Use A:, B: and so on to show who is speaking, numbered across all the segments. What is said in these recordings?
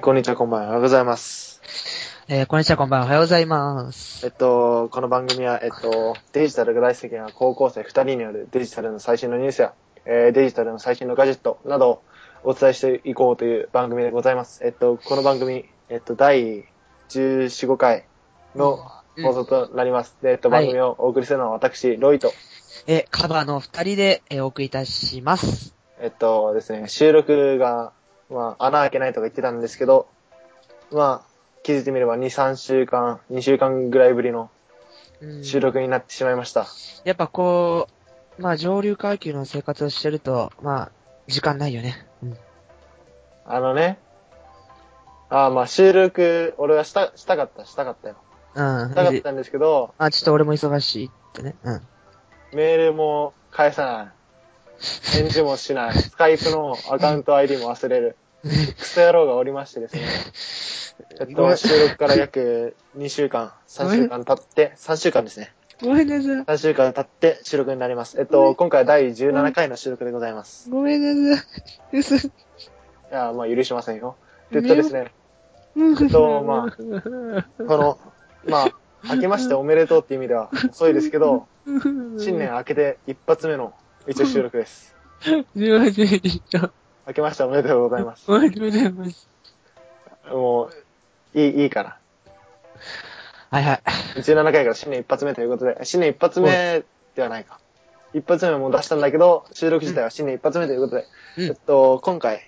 A: こんにちは、こんばんは。おはようございます。
B: えーこんにちは、こんばんは。おはようございます。
A: えっと、この番組は、えっと、デジタルが大好きな高校生2人によるデジタルの最新のニュースや、えーデジタルの最新のガジェットなどをお伝えしていこうという番組でございます。えっと、この番組、えっと、第14、5回の
B: うん
A: 放送となります。で、えっと、
B: はい
A: 番組をお送りするのは私、ロイと、
B: えーカバーの二人で、えーお送りいたします。
A: えっとですね、収録が、まあ、穴開けないとか言ってたんですけど、まあ、気づいてみれば2、3週間、2週間ぐらいぶりの
B: うん
A: 収録になってしまいました。
B: やっぱこう、まあ上流階級の生活をしてると、まあ、時間ないよね。うん。
A: あのね、ああ、まあ収録、俺はした、したかった、したかったよ。
B: う
A: したかっ
B: ん。
A: たんですけど、
B: あ、ちょっと俺も忙しいってね。うん。
A: メールも返さない。返事もしない。スカイプのアカウント ID も忘れる。クソ野郎がおりましてですね。えっ
B: ご
A: と、
B: めん
A: 収録から約2週間、3週間経って、3週間ですね。
B: ごめんなさ
A: 3週間経って収録になります。えっ
B: ごめ
A: と、
B: ん
A: 今回は第17回の収録でございます。
B: い。ごめんなさい。うす。
A: いや、まあ許しませんよ。えっとですね、
B: うん
A: どう もこの、まあ、明けましておめでとうっていう意味では遅いですけど、新年明けて一発目の一応収録です。
B: すいませんでした。
A: 明けましておめでとうございます。
B: おめでとうございます。
A: もう、いい、いいから。
B: はいはい。
A: 17回から新年一発目ということで、新年一発目ではないか。一発目も出したんだけど、収録自体は新年一発目ということで、
B: うん
A: えっと、今回、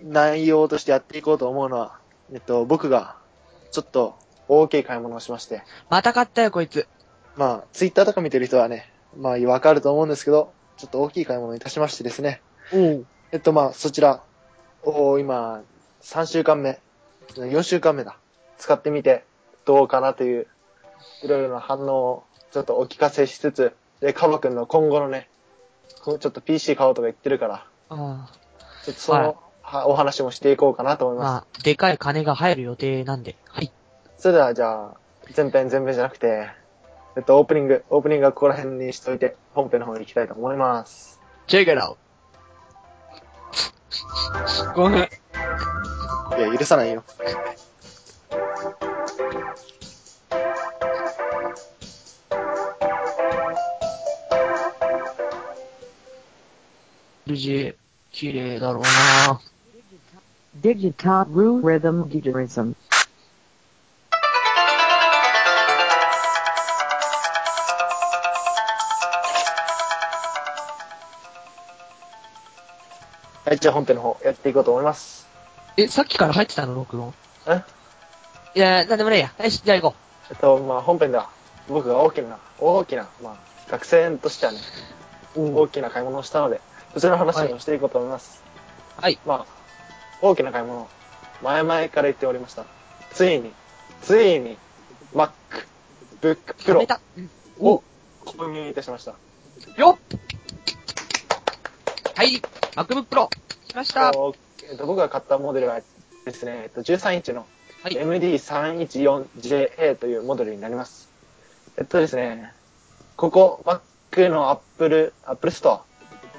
A: 内容としてやっていこうと思うのは、えっと、僕が、ちょっと、大きい買い物をしまして、
B: また買ったよ、こいつ。
A: まあ、ツイッターとか見てる人はね、まあ、わかると思うんですけど、ちょっと大きい買い物をいたしましてですね、
B: おう。
A: えっと、まあ、そちらを今、3週間目、4週間目だ。使ってみて、どうかなという、いろいろな反応をちょっとお聞かせしつつ、で、カバ君の今後のね、こうちょっと PC 買おうとか言ってるから、
B: ああ。
A: ちょっとその、はお話もしていこうかなと思います。
B: まあ、でかい金が入る予定なんで。はい。
A: それでは、じゃあ、全編全編じゃなくて、えっと、オープニング、オープニングはここら辺にしといて、本編の方に行きたいと思います。
B: Check it out. ごめん。
A: いや、許さないよ。
B: LG、綺麗だろうな
C: Digitop Rhythm Guitarism.
A: はい、じゃあ本編の方、やっていこうと思います。
B: え、さっきから入ってたの録音。
A: え
B: いや、なんでもねえや。よし、じゃあ行こ
A: えっと、まあ、本編では、僕が大きな、大きな、まあ、学生としてはね、大きな買い物をしたので、そちらの話をしていこうと思います。
B: う。はい。
A: まあ、大きな買い物、前々から言っておりました。ついに、ついに、MacBook
B: やめ
A: Pro
B: た。うん
A: を購入いたしました。
B: よっはい、MacBook Pro。来まし
A: え
B: た。
A: っ
B: は
A: とえっと、僕が買ったモデルはですね、えっと、13インチの
B: い。
A: MD314JA というモデルになります。えっとですね、ここ、Mac の Apple、Apple Store、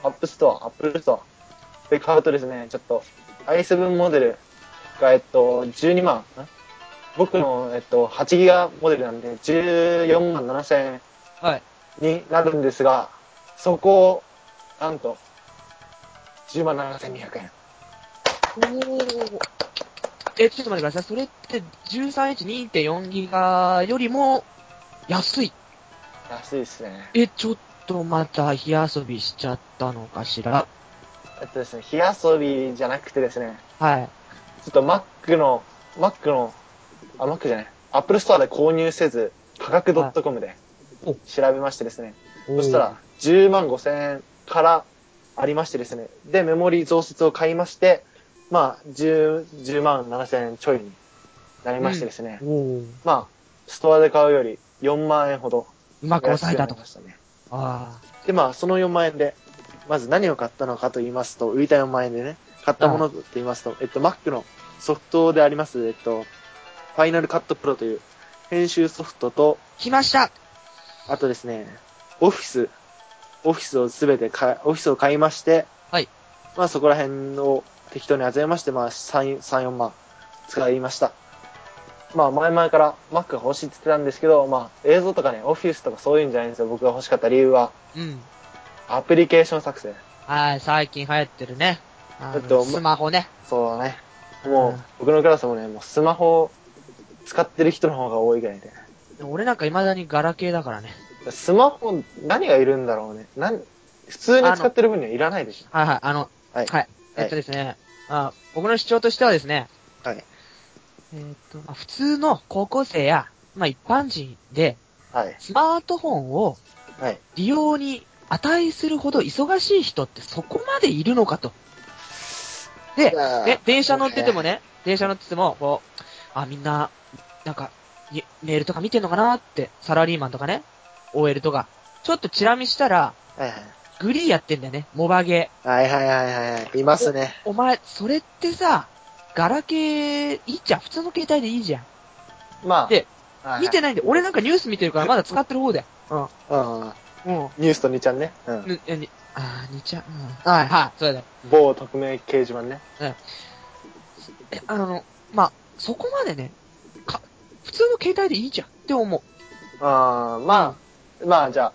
A: App Store、Apple Store で買うとですね、ちょっと i7 モデルが、えっと、12万、ん僕の、えっと、8ギガモデルなんで、14万7千円
B: はい。
A: になるんですが、そこを、なんと、10万7200円。
B: おー。え、ちょっと待ってください。それって13インチ2.4ギガよりも安い。
A: 安いですね。
B: え、ちょっとまた火遊びしちゃったのかしら。
A: えっとですね、火遊びじゃなくてですね、
B: はい。
A: ちょっと Mac の、Mac の、あ、Mac じゃない、Apple Store で購入せず、価格 .com で
B: お
A: 調べましてですね、そしたら10万5千円からありましてですね、で、メモリ増設を買いまして、まあ、10、10万7千円ちょいになりましてですね、
B: おー、
A: まあ、ストアで買うより4万円ほど
B: うまく抑えた
A: 安
B: と
A: くなり。ましたね。
B: あ
A: で、まあ、その4万円で、まず何を買ったのかと言いますと、売りたい4万円でね、買ったものと言いますと、えっと、Mac のソフトであります、えっと、Final Cut Pro という編集ソフトと、
B: あ。来ました
A: あとですね、Office、Office をすべて買い、Office を買いまして、
B: はい。
A: まあ、そこら辺を適当に集めまして、まあ、3、3 4万使いました。まあ、前々から Mac が欲しいって言ってたんですけど、まあ、映像とかね、Office とかそういうんじゃないんですよ。僕が欲しかった理由は、
B: うん。
A: アプリケーション作成。
B: はい、最近流行ってるね。あ
A: だ
B: の
A: ってお前
B: スマホね。
A: そうだね。もう、
B: うん
A: 僕のクラスもね、もうスマホを使ってる人の方が多いぐらいで。
B: 俺なんか未だにガラケーだからね。
A: スマホ、何がいるんだろうね。なん普通に使ってる分にはいらないでし
B: はいはい、あの、
A: ょ。はい。
B: はい。えっとですね、あ僕の主張としてはですね、
A: はい。
B: えーっと、まあ普通の高校生や、まあ、一般人で、
A: はい。
B: スマートフォンを
A: はい。
B: 利用に値するほど忙しい人ってそこまでいるのかと。で、
A: いやー
B: ね、電車乗っててもね、電車乗ってても、こう、あ、みんな、なんか、いメールとか見てんのかなって、サラリーマンとかね、OL とか、ちょっとチラ見したら、
A: はい
B: グリーやってんだよね、モバゲ
A: はいはいはいはいはい。いますね。
B: ー。お前、それってさ、ガラケー、いいじゃん、普通の携帯でいいじゃん。
A: まあ。
B: で
A: はいはい、
B: 見てないんで、俺なんかニュース見てるからまだ使ってる方だよ。
A: うんうん。
B: うん。
A: ニュースと2ちゃんね。うん。
B: ぬ、え、に、あー、にちゃん、うん。はい、はい、そうだよ。
A: 某匿名掲示板ね。
B: え、あの、まあ、そこまでね、か、普通の携帯でいいじゃんって思う。
A: あーまあ、まあじゃあ、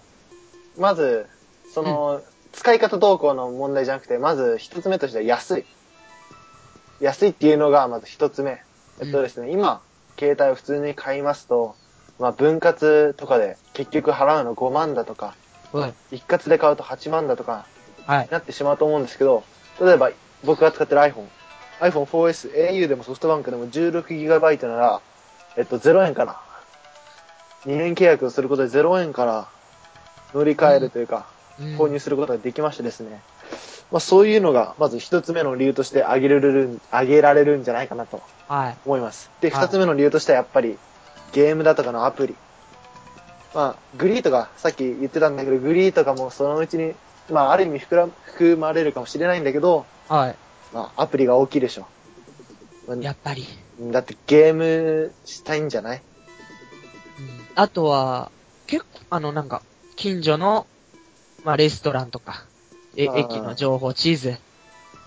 A: まず、その、使い方動向の問題じゃなくて、まず一つ目としては安い。安いっていうのがまず一つ目。えっとですね、今、携帯を普通に買いますと、まあ分割とかで結局払うの5万だとか、
B: はい。
A: 一括で買うと8万だとか
B: はい。
A: なってしまうと思うんですけど、例えば僕が使ってる iPhone、iPhone4S、au でもソフトバンクでも 16GB なら、えっと、0円から。2年契約をすることで0円から乗り換えるというか、
B: うん
A: 購入することができましてですね。まあそういうのが、まず一つ目の理由として挙げられるん、挙げられるんじゃないかなと
B: はい。
A: 思います。で、
B: はい
A: 二つ目の理由としてはやっぱり、ゲームだとかのアプリ。まあ、グリーとか、さっき言ってたんだけど、グリーとかもそのうちに、まあ、ある意味膨ら、含まれるかもしれないんだけど、
B: はい。
A: まあ、アプリが大きいでしょ。まあ
B: やっぱり。
A: だってゲームしたいんじゃない
B: うんあとは、結構、あの、なんか、近所の、まあ、レストランとか、え、
A: あー
B: 駅の情報、地図、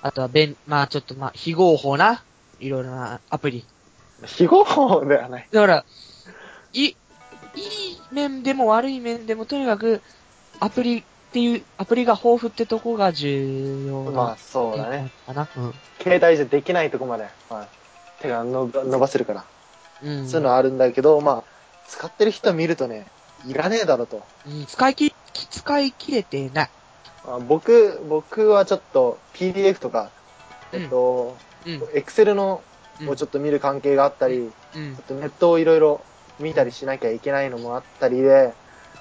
B: あとは、べん、まあ、ちょっと、まあ、非合法な、いろいろなアプリ。
A: 非合法ではない。
B: だから、い、いい面でも悪い面でも、とにかく、アプリっていう、アプリが豊富ってとこが重要な。
A: まあ、そうだね。。
B: かな。うん。
A: 携帯じゃできないとこまで、まあ、手が伸ば伸ばせるから。
B: うん。
A: そういうのはあるんだけど、まあ、使ってる人見るとね、いらねえだろと。
B: うん使いき、使い切れてない。
A: あ僕、僕はちょっと PDF とか、えっと、
B: うん。
A: Excel の
B: うん。
A: をちょっと見る関係があったり、
B: うん
A: あ。とネットをいろいろ見たりしなきゃいけないのもあったりで、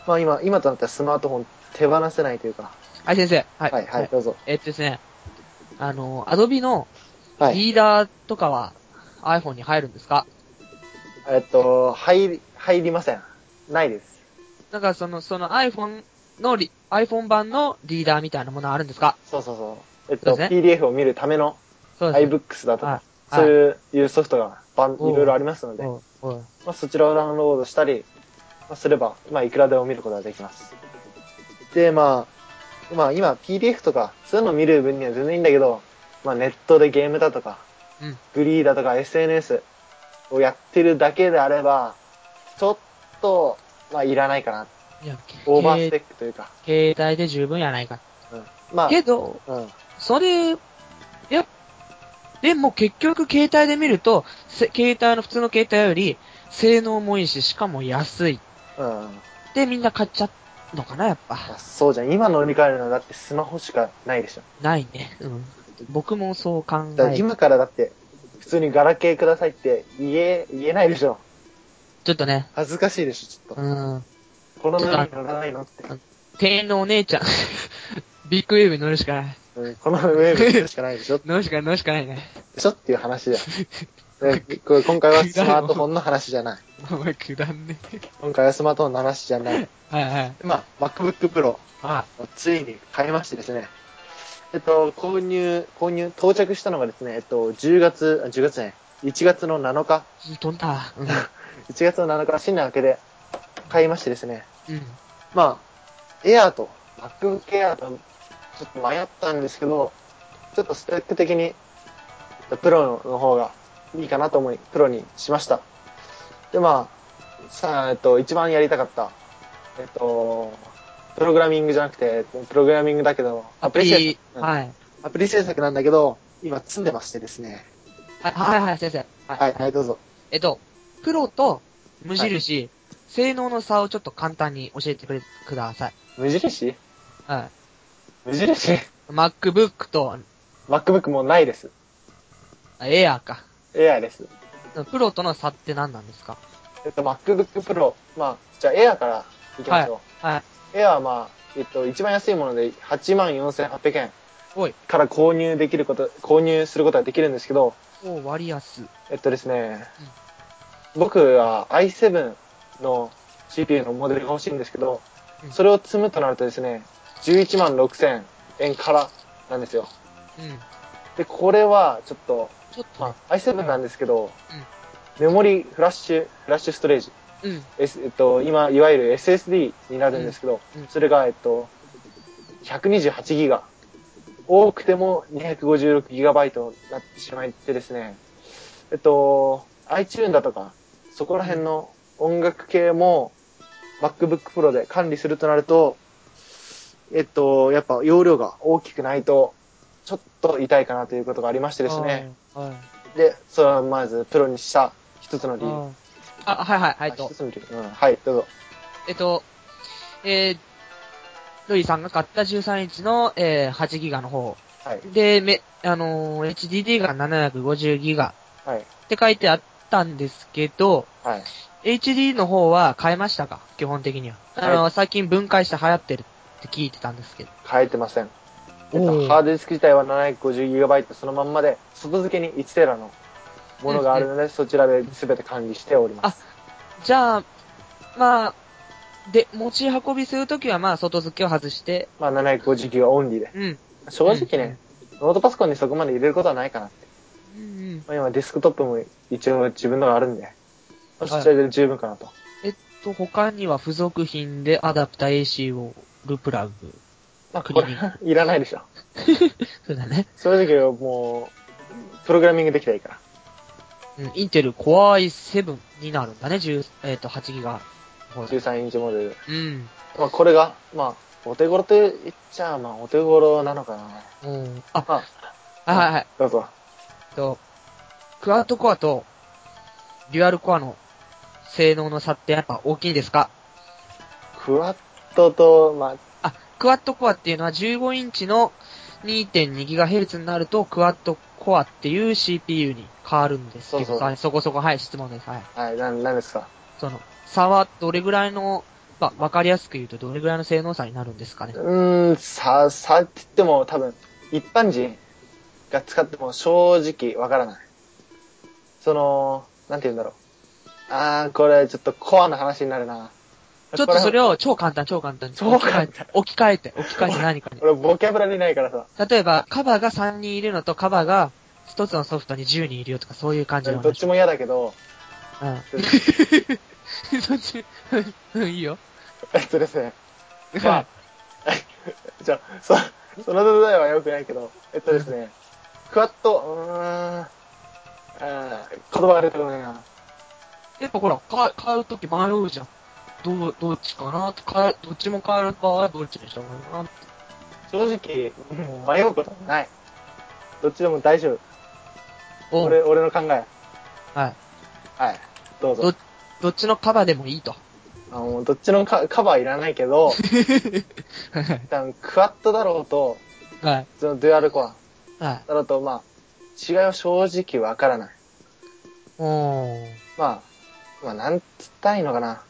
A: まあ今、今となったらスマートフォン手放せないというか、
B: はい、先生。は。
A: はいい、はい、どうぞ。
B: えっとですね、あの、アドビの
A: はい。
B: リーダーとかは iPhone に入るんですか、
A: えっと、入り、入りません。ないです。
B: なんかその、その iPhone のリ、iPhone 版のリーダーみたいなものはあるんですか
A: そうそうそう。えっ
B: そ
A: と、
B: うです
A: PDF を見るための
B: そうですね。
A: iBooks だと
B: は
A: か
B: い、
A: そういういうソフトがばんいろいろありますので、
B: おうおう
A: まあ、そちらをダウンロードしたり、まあ、すれば、まあ、いくらでも見ることができます。で、まあ、まあ、今、PDF とか、そういうのを見る分には全然いいんだけど、まあ、ネットでゲームだとか、
B: うん
A: グリーだとか SNS をやってるだけであれば、ちょっと、まあ、いらないかな。
B: いや、
A: オーバースペ
B: け
A: ックというか、
B: 携帯で十分やないか。
A: うん、まあ、
B: けど、
A: うん、
B: それ、いや、でも結局携帯で見ると、せ携帯の普通の携帯より性能もいいし、しかも安い。
A: うん。
B: で、みんな買っちゃうのかな、やっぱ。
A: まあそうじゃん。今乗り換えるのはだってスマホしかないでしょ。
B: ないね。うん。僕もそう考
A: だから
B: え
A: 今からだって、普通にガラケーくださいって言え、言えないでしょ。
B: ちょっとね、
A: 恥ずかしいでしょ、ちょっと。
B: うん。
A: この波に乗らないのって。
B: 店員のお姉ちゃん。 ビッグウェーブに乗るしかない。
A: うんこのウェーブに乗るしかないでしょ、で
B: 乗るしかない、乗るしかないね。
A: しょっていう話だよ。 でこれ今回はスマートフォンの話じゃない。
B: お前、くだんね。
A: 今回はスマートフォンの話じゃない。
B: はいはい。
A: まあ、MacBook Pro
B: は
A: をついに買いましてですね。えっと、購入、購入、到着したのがですね、えっと、10月、あ10月じゃない、1月の7日、
B: い。飛んだ。うん。
A: 1月の7日、新年明けで買いましてですね。
B: うん。
A: まあ、エアーと、MacBook Air と、ちょっと迷ったんですけど、ちょっとスペック的に、プロの方がいいかなと思い、プロにしました。で、まあ、さあ、えっと、一番やりたかった、えっと、プログラミングじゃなくて、プログラミングだけど、
B: アプリ、
A: うん
B: はい。
A: アプリ制作なんだけど、今積んでましてですね。
B: はい、はい、はい、先生。は。
A: はいい、はい、どうぞ。
B: えっと、プロと無印、性能の差をちょっと簡単に教えてくれ、ください。
A: 無印
B: は
A: 無印
B: い。MacBook と
A: ?MacBook もうないです。
B: Air か。
A: Air です。
B: プロとの差って何なんですか
A: えっと、MacBook Pro。まあ、じゃあ Air からいきましょ
B: はい。
A: う。Air はまあ、えっと、一番安いもので84,800円
B: おい。
A: から購入できること、購入することができるんですけど、
B: おう割安。
A: えっとですね、僕は i7 の CPU のモデルが欲しいんですけど
B: う、ん
A: それを積むとなるとですね、11万6000円からなんですよ。
B: うん。
A: で、これはちょっと、
B: ちょっとね
A: ま。あ、i7 なんですけど、メモリ、フラッシュ、フラッシュストレージ、
B: うん。
A: S えっと、今、いわゆる SSD になるんですけど、
B: うんうん
A: それが、えっと、128ギガ。多くても256ギガバイトになってしまってですね、えっと、iTune だとか、そこら辺の音楽系も MacBook Pro で管理するとなると、えっと、やっぱ容量が大きくないと、ちょっと痛いかなということがありましてですね。
B: はい。はい。
A: で、それはまずプロにした一つの理由。
B: あー、あはいはい、はい
A: あ
B: と
A: 一。つの理由。うん、はい、どうぞ。
B: えっと、えー、ロイさんが買った13インチの、えー、8ギガの方。
A: はい。
B: で、め、あのー HDD が750ギガ
A: はい。
B: って書いてあったんですけど、
A: はい。
B: HD の方は変えましたか基本的には。あのー最近分解して流行ってるって聞いてたんですけど。
A: 変えてません。えっ
B: お
A: と、
B: ー
A: ハードディスク自体は 750GB そのまんまで、外付けに 1TB のものがあるので、そちらで全て管理しております。
B: じゃあ、まあ、で、持ち運びするときはまあ外付けを外して、
A: まあ、750GB オンリーで。
B: うん。
A: 正直ね、ノートパソコンにそこまで入れることはないかなって。
B: うんうん。
A: まあ、今デスクトップも一応自分のがあるんで、まあそちらで十分かなと。
B: えっと、他には付属品でアダプター AC をル プラグ。
A: まあ、これはいらないでしょ。
B: そうだね。
A: 正直もう、プログラミングできたらいいから。
B: うん、インテル Core i7 になるんだね、10、えっ、と、8ギガ。
A: 13インチモデル。
B: うん。
A: まあ、これが、まあ、お手頃と言っちゃ、まあ、お手頃なのかな。
B: うん。あ、
A: ま
B: はいはいはい。
A: どうぞ。
B: えっと、クワッドコアと、デュアルコアの性能の差ってやっぱ大きいんですか
A: クワッドと、ま
B: あ、クワッドコアっていうのは15インチの 2.2GHz になると、クワッドコアっていう CPU に変わるんですけど、
A: そうそう
B: はいそこそこ、はい、質問です。はい。
A: あ、はい、なん、なんですか。
B: その、差はどれぐらいの、まあ、わかりやすく言うとどれぐらいの性能差になるんですかね
A: う。ーん、さ、さって言っても多分、一般人が使っても正直わからない。その、なんて言うんだろう。あー、これちょっとコアな話になるな。
B: ちょっとそれ
A: を。
B: を超簡単、超簡単に。
A: 超簡単
B: 置き換えて、置き換えて、置き換えて何か に。
A: 俺ボキャブラリーないからさ。
B: 例えば、カバーが3人いるのと、カバーが1つのソフトに10人いるよとか、そういう感じの
A: どっ
B: 話。
A: ちも嫌だけど、
B: うん。そっち、うん、い いよ。
A: えっとです ね。まあじゃあ、そ、その例えは良くないけど、えっとですね、クワッド、うーん、あー言葉が出てこないな。
B: やっぱほら、か変えるとき迷うじゃん。どう、どっちかなって、変え、どっちも変える場合はどっちにした方がいいかなって。
A: 正直、もう迷うことはない。どっちでも大丈夫。
B: お
A: 俺、俺の考え。
B: はい。
A: はい。どうぞ。
B: どどっちのカバーでもいいと。
A: あのどっちのカカバーいらないけど、多分クワッドだろうと、
B: はい。
A: そのデュアルコア
B: はい。
A: だろうと、まあ、違いは正直わからない。
B: おー。
A: まあ、まあ、なんつったらいいのかな。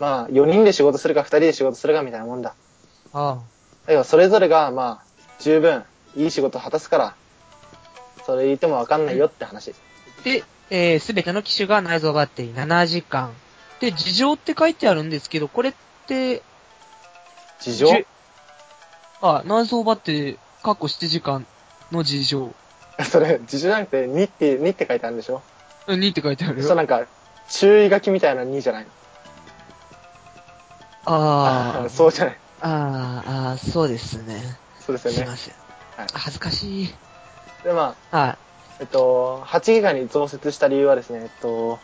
A: まあ、4人で仕事するか2人で仕事するかみたいなもんだ。
B: あ
A: だけど、それぞれが、まあ、十分、いい仕事を果たすから、それ言ってもわかんないよって話。
B: ーで、えー、すべての機種が内蔵バッテリー7時間。で、事情って書いてあるんですけど、これって、
A: 事情
B: じゅあ、内蔵バッテリー、過去7時間の事情。
A: それ、事情じゃなくて、2って、2って書いてあるんでしょ
B: うん、2って書いてあ る
A: そう
B: よ。
A: なんか、注意書きみたいな2じゃないの
B: あー、
A: そうじゃない。
B: あー、あー、そうですね。
A: そうです
B: すい
A: よ
B: ま
A: ね。
B: せん。
A: はい
B: 恥ずかしい。
A: で、まあ、
B: は
A: えっと、8ギガに増設した理由はですね、えっと、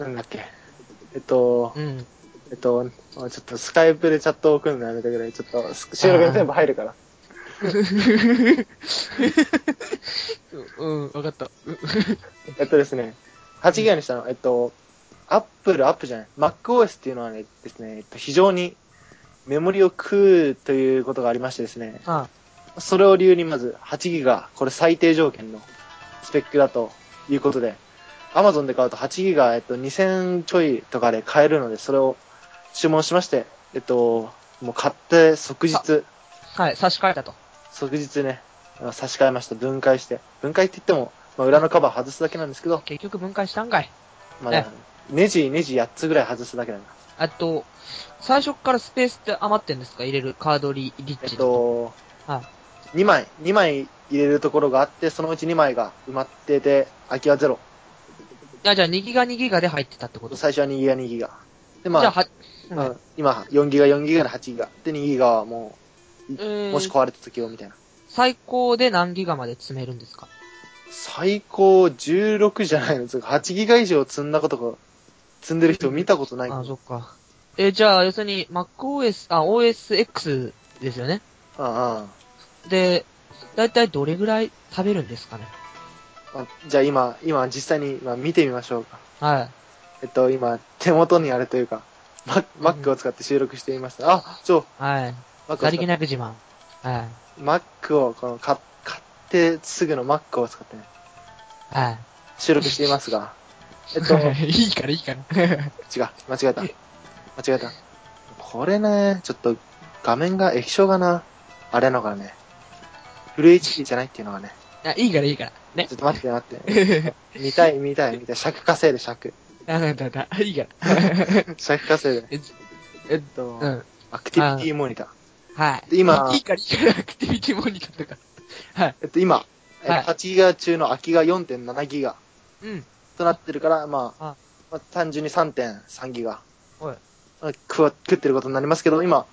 A: なんだっけ、えっと
B: う、ん。
A: えっと、ちょっとスカイプでチャットを送るのやめたぐらい、ちょっと収録に全部入るから。
B: うん、わかった。
A: えっとですね、8ギガにしたの、えっと、アップル、アップじゃない、MacOS っていうのはね、ですね、えっと、非常にメモリを食うということがありましてですね、
B: あ
A: それを理由にまず8ギガ、これ最低条件のスペックだということで、Amazon で買うと8ギガ、えっと、2000ちょいとかで買えるので、それを注文しまして、えっと、もう買って即日、
B: はい、差し替えたと。
A: 即日ね、あの差し替えました。分解して。分解って言っても、まあ、裏のカバー外すだけなんですけど、
B: 結局分解したんかい。
A: まあ
B: ね
A: ね、ネジ、ネジ8つぐらい外すだけだな。
B: あと、最初からスペースって余ってんですか入れるカードリリッ
A: えっ
B: チ。
A: と、
B: はい
A: 2枚、2枚入れるところがあって、そのうち2枚が埋まってて、空きはゼロ。
B: いや、じゃあ2ギガ2ギガで入ってたってこと
A: 最初は2ギガ2ギガ。で、まあ、
B: じゃあ、は、
A: うん今、4ギガ4ギガで8ギガ。で、2ギガはも
B: えー
A: う、もし壊れた時用みたいな。
B: 最高で何ギガまで積めるんですか
A: 最高16じゃないの。つうか8ギガ以上積んだことが、積んでる人見たことない。
B: あそっか。えーじゃあ、要するに MacOS、あ、OSX ですよね。
A: うんうん
B: で、だいたいどれぐらい食べるんですかね
A: あじゃあ今、今実際に今見てみましょうか。
B: はい。
A: えっと、今、手元にあれというか、Mac
B: うん
A: Mac を使って収録してみました。あ、そう、
B: はい。
A: Mac を使
B: さ
A: っ
B: りげ
A: て
B: なく自慢。はい。
A: Mac を、この、買買ってすぐの Mac を使ってね、
B: はい。
A: 収録していますが、えっと、違う、
B: いいからいいから。
A: 間違えた。間違えた。これね、ちょっと、画面が液晶がな、あれなのがね、フル HD じゃないっていうのがね、
B: あいいからいいから。ね
A: ちょ。っと待って待って、
B: あ、
A: 見たい見たい見たい、尺稼いで尺、
B: なんだだ、いいから。
A: 尺稼いで、
B: えず
A: えっと、
B: うん。
A: アクティビティモニター。
B: はい。
A: で今
B: いいからいいから、アクティビティモニターとか。はい。
A: えっと、今、え
B: はい
A: 8ギガ中の空きが4.7ギガ。
B: うん。
A: となってるから、まあ
B: あ、
A: まあ、単純に3.3ギガ
B: はい。
A: まあ食わ食ってることになりますけど、今、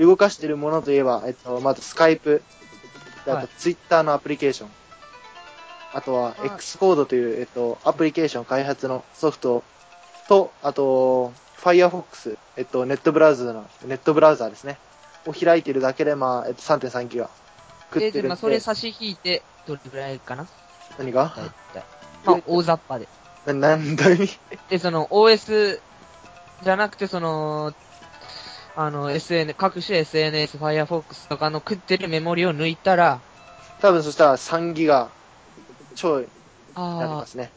A: 動かしてるものといえば、えっと、まずスカイプ、であ
B: は
A: と
B: い
A: ツイッターのアプリケーション、あとは
B: はい
A: X コードという、えっと、アプリケーション開発のソフトと、あと、Firefox、えっと、ネットブラウザの、ネットブラウザーですね、を開いてるだけで、まあ、えっと、3.3ギガ食って
B: で、
A: るん
B: で、
A: で、
B: まあ、それ差し引いて、どれぐらいかな
A: 何が
B: だいたい。まあ、大雑把で。
A: な、なんだい
B: で、その、OS じゃなくて、その、あの、SN、各種 SNS、Firefox とかの食ってるメモリを抜いたら、
A: 多分そしたら3ギガちょいになり
B: あ
A: ま
B: あ、
A: すね。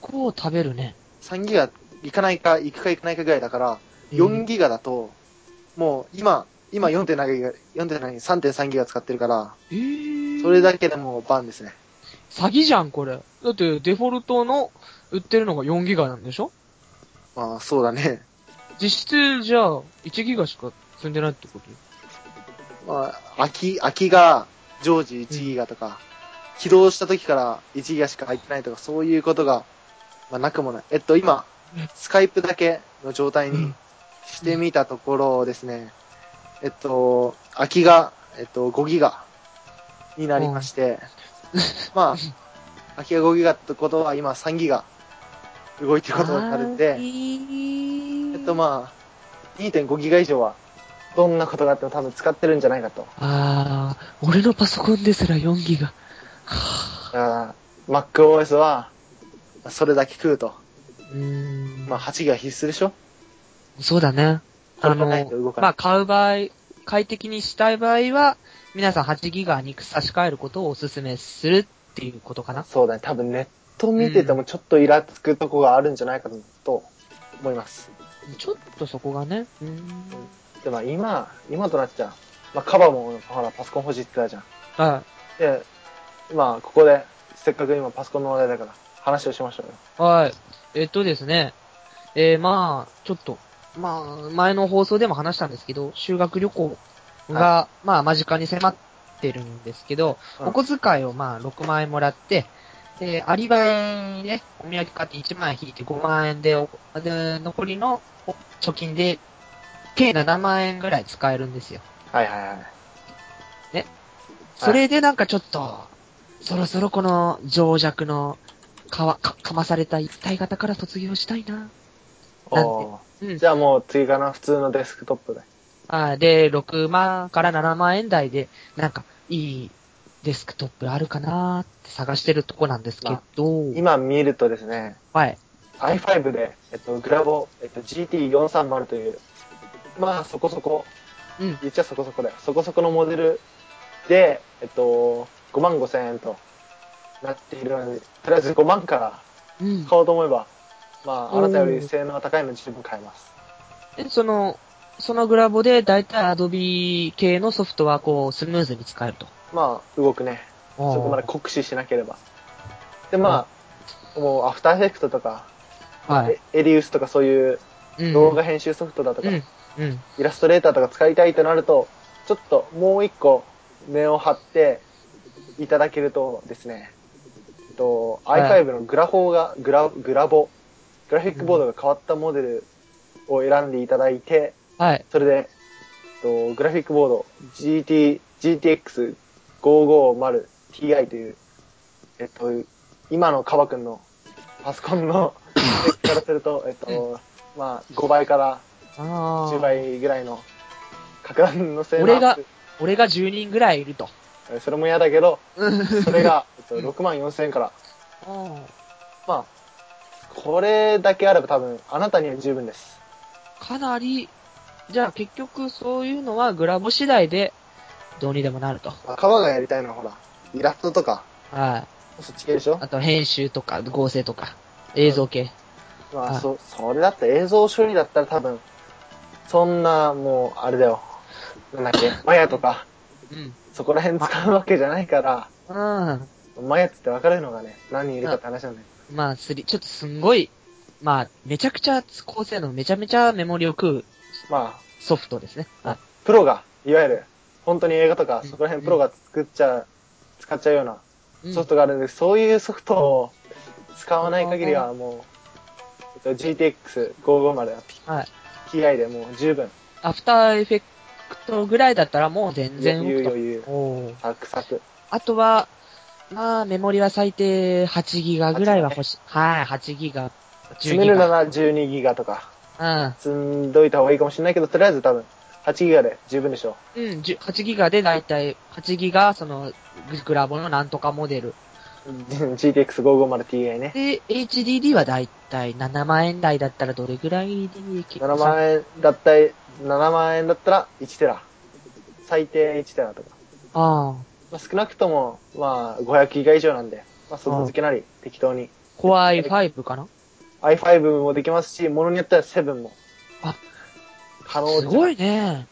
B: こう食べるね。
A: 3ギガいかないか、いくかいかないかぐらいだから、
B: う
A: 4
B: ん
A: ギガだと、もう今、今4.7ギガ、4.7ギガ、3.3ギガ使ってるから、
B: えー
A: それだけでもうバンですね。
B: 詐欺じゃん、これ。だって、デフォルトの売ってるのが4ギガなんでしょ
A: まあそうだね。
B: 実質、じゃあ、1ギガしか積んでないってこと
A: まあ、空き、空きが常時1ギガとか、起動した時から1ギガしか入ってないとか、そういうことが、まあなくもない。えっと今
B: うん、
A: スカイプだけの状態
B: う
A: に
B: ん
A: してみたところですね、えっと、空きが、えっと、5ギガになりまして、まあ、空きが5ギガってことは今3ギガ動いてることになるんで、えっとまあ、2.5ギガ以上は、どんなことがあっても多分使ってるんじゃないかと。
B: あー、俺のパソコンですら4ギガ。
A: あー MacOS は、それだけ食うと。
B: うーん。
A: まあ、8ギガ必須でしょ
B: そうだね。
A: こ
B: あ
A: れがない
B: の
A: と動、かない
B: まあ、買う場合、快適にしたい場合は、皆さん8ギガに差し替えることをお勧めするっていうことかな。
A: そうだね。多分ネット見ててもちょっとイラつくとこがあるんじゃないかと思います。
B: ちょっとそこがね。うーん。
A: で、まあ今、今となっちゃ、まあカバもほらパソコン欲しいって言ってたじゃん。
B: あ、
A: で、まあここで、せっかく今パソコンの話題だから話をしましょうよ。
B: はい。えっとですね。えー、まあ、ちょっと、まあ、前の放送でも話したんですけど、修学旅行が、まあ、間近に迫ってるんですけど、
A: うん
B: お小遣いをまあ、6万円もらって、で、アリバイにね、お土産買って1万円引いて5万円で、おで残りのお貯金で、計7万円ぐらい使えるんですよ。
A: はいはいはい。
B: それでなんかちょっと、そろそろこの情弱の、かわ、か、かまされた一体型から卒業したいな。
A: おお
B: うん
A: ー。じ。ゃあもう次かな、普通のデスクトップで。
B: あで、6万から7万円台で、なんか、いいデスクトップあるかなーって探してるとこなんですけど、
A: 今見るとですね、
B: はい。
A: i5 で、えっと、グラボ、えっと、GT430 という、まあそこそこ、
B: うん。
A: 言っちゃそこそこだよ。そこそこのモデルで、えっと、5万5千円となっているので、とりあえず5万から
B: うん。
A: 買おうと思えば、まあ、あ
B: おー
A: なたより性能が高いの十分買えます。
B: でその、そのグラボで、だいたい Adobe 系のソフトは、こう、スムーズに使えると。
A: まあ、動くね。
B: おー
A: そこまで酷使しなければ。で、まあ、もう、アフターエフェクトとか、
B: はい。
A: エエリウスとかそういう
B: うん
A: 動画編集ソフトだとか、
B: うん。うん。
A: イラストレーターとか使いたいとなると、ちょっともう一個目を張っていただけるとですね、えっと、
B: はい
A: i5 のグラフォーが、グラ、グラボ、グラフィックボードが変わったモデルを選んでいただいて、
B: はい。
A: それで、えっと、グラフィックボード GT、GTX550Ti という、えっと、今のカバ君のパソコン のスペックからすると、えっと、まあ、5倍から
B: あ
A: 10
B: あ。
A: 倍ぐらいの格段の性能
B: 俺
A: アッ
B: が
A: プ、
B: 俺が10人ぐらいいると。
A: えそれも嫌だけど、それが、 えっと、
B: うん
A: 6万4千円から、
B: うん
A: まあ、これだけあれば多分、あなたには十分です。
B: かなり、じゃあ結局そういうのはグラボ次第でどうにでもなると。
A: カバがやりたいのはほら、イラストとか、
B: はい。
A: そっち系でしょ
B: あと編集とか合成とか映像系。
A: ま
B: は
A: あ、
B: い
A: そ、それだったら映像処理だったら多分、そんな、もう、あれだよ。なんだっけ、マヤとか、
B: うん。
A: そこら辺使うわけじゃないから、
B: うん。
A: マヤっつって分かれるのがね、何人いるかって話なんだよ。
B: まあ、すり、ちょっとすんごい、まあ、めちゃくちゃ高性能、めちゃめちゃメモリを食う
A: まあ、
B: ソフトですね。はい。
A: プロが、いわゆる、本当に映画とか、
B: うん
A: そこら辺プロが作っちゃう、使っちゃうような
B: うん
A: ソフトがあるんで、そういうソフトを使わない限りはもう、えっと GTX550 や
B: はい。
A: PI でもう十分、
B: アフターエフェクトぐらいだったらもう全然動
A: 余
B: く
A: 裕
B: と。
A: 余裕、
B: おー
A: サクサク。
B: あとは、まあ、メモリは最低8ギガぐらいは欲しい。はい、8ギガ。
A: 詰めるなら12ギガとか、
B: うん。
A: 積んどいた方がいいかもしれないけど、とりあえず多分、8ギガで十分 でしょ
B: うん、10 8ギガでだいたい、8ギガ、その、ググラボのなんとかモデル。
A: う。GTX550Ti ね。
B: で、HDD はだいたい7万円台だったらどれぐらいにでき
A: 7万円だったり、7万円だったら1テラ。最低1テラとか。
B: ああ、
A: まあ、少なくとも、まあ、500以外以上なんで、まあ、外付けなり、適当に。
B: Core i5 かな
A: i5 もできますし、ものによっては7も。
B: あ
A: 可能
B: すご
A: い。
B: いね。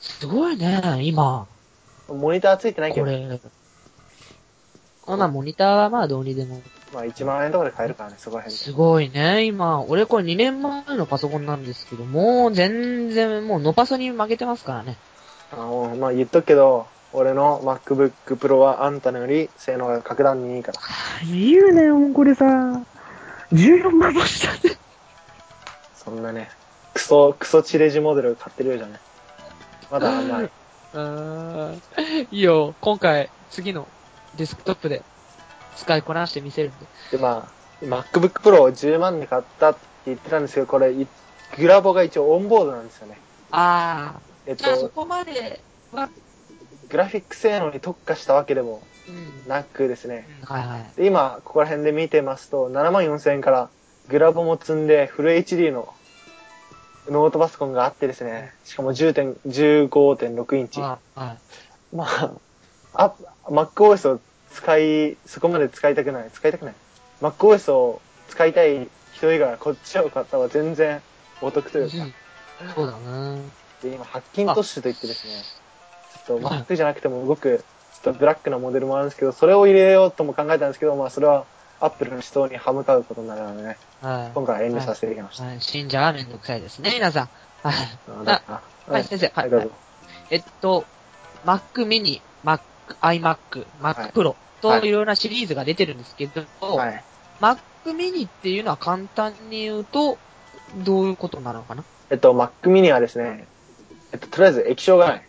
B: すごいね、今。
A: モニターついてないけ
B: こ
A: ど、
B: れ。まあまあ、モニターはまあどうにでも。
A: まあ、1万円とかで買えるからね、そこら辺で。
B: すごいね、今。俺これ2年前のパソコンなんですけど、もう全然、もうノパソに負けてますからね。
A: あのまあ、言っとくけど、俺の MacBook Pro はあんたのより性能が格段にいいから。
C: いいよね、もうこれさ。14万もしたぜ。
A: そんなね、クソ、クソチレジモデルを買ってるようじゃない。まだ甘い。
B: うーん。いいよ、今回、次のデスクトップで使いこなしてみせるんで。
A: で、まあ、MacBook Pro を10万で買ったって言ってたんですけど、これ、いグラボが一応オンボードなんですよね。
B: あ
A: えっ
B: ー。じゃあそ
A: と、
B: こまでは、
A: グラフィック性能に特化したわけでも
B: うん。
A: なくですね。
B: はいはい。
A: で今、ここら辺で見てますと、7万4千円からグラボも積んで、フル HD のノートパソコンがあってですね、しかも10点15.6インチ。
B: あはい。
A: まあ、あ、MacOS を使い、そこまで使いたくない。使いたくない。MacOS を使いたい人以外はこっちを買った方が全然お得というか。
B: そうだな
A: で、今、ハッキントッシュといってですね、ちょっと Mac じゃなくても動く、ちょっとブラックなモデルもあるんですけど、それを入れようとも考えたんですけど、まあ、それは Apple の思想に歯向かうことになるのでね、
B: はい。
A: 今回は遠慮させていただきました。
B: はい、信者はめんどくさいですね、皆さん。はい。
A: あだあ
B: は、
A: はいい、
B: 先生。
A: は
B: は。
A: いい、どうぞ。
B: えっと、Mac mini、Mac、iMac、Mac Pro
A: は
B: と
A: い
B: いろいろなシリーズが出てるんですけど、
A: はい。
B: Mac mini っていうのは簡単に言うと、どういうことなのかな
A: えっと、Mac mini はですね、えっと、とりあえず液晶がない。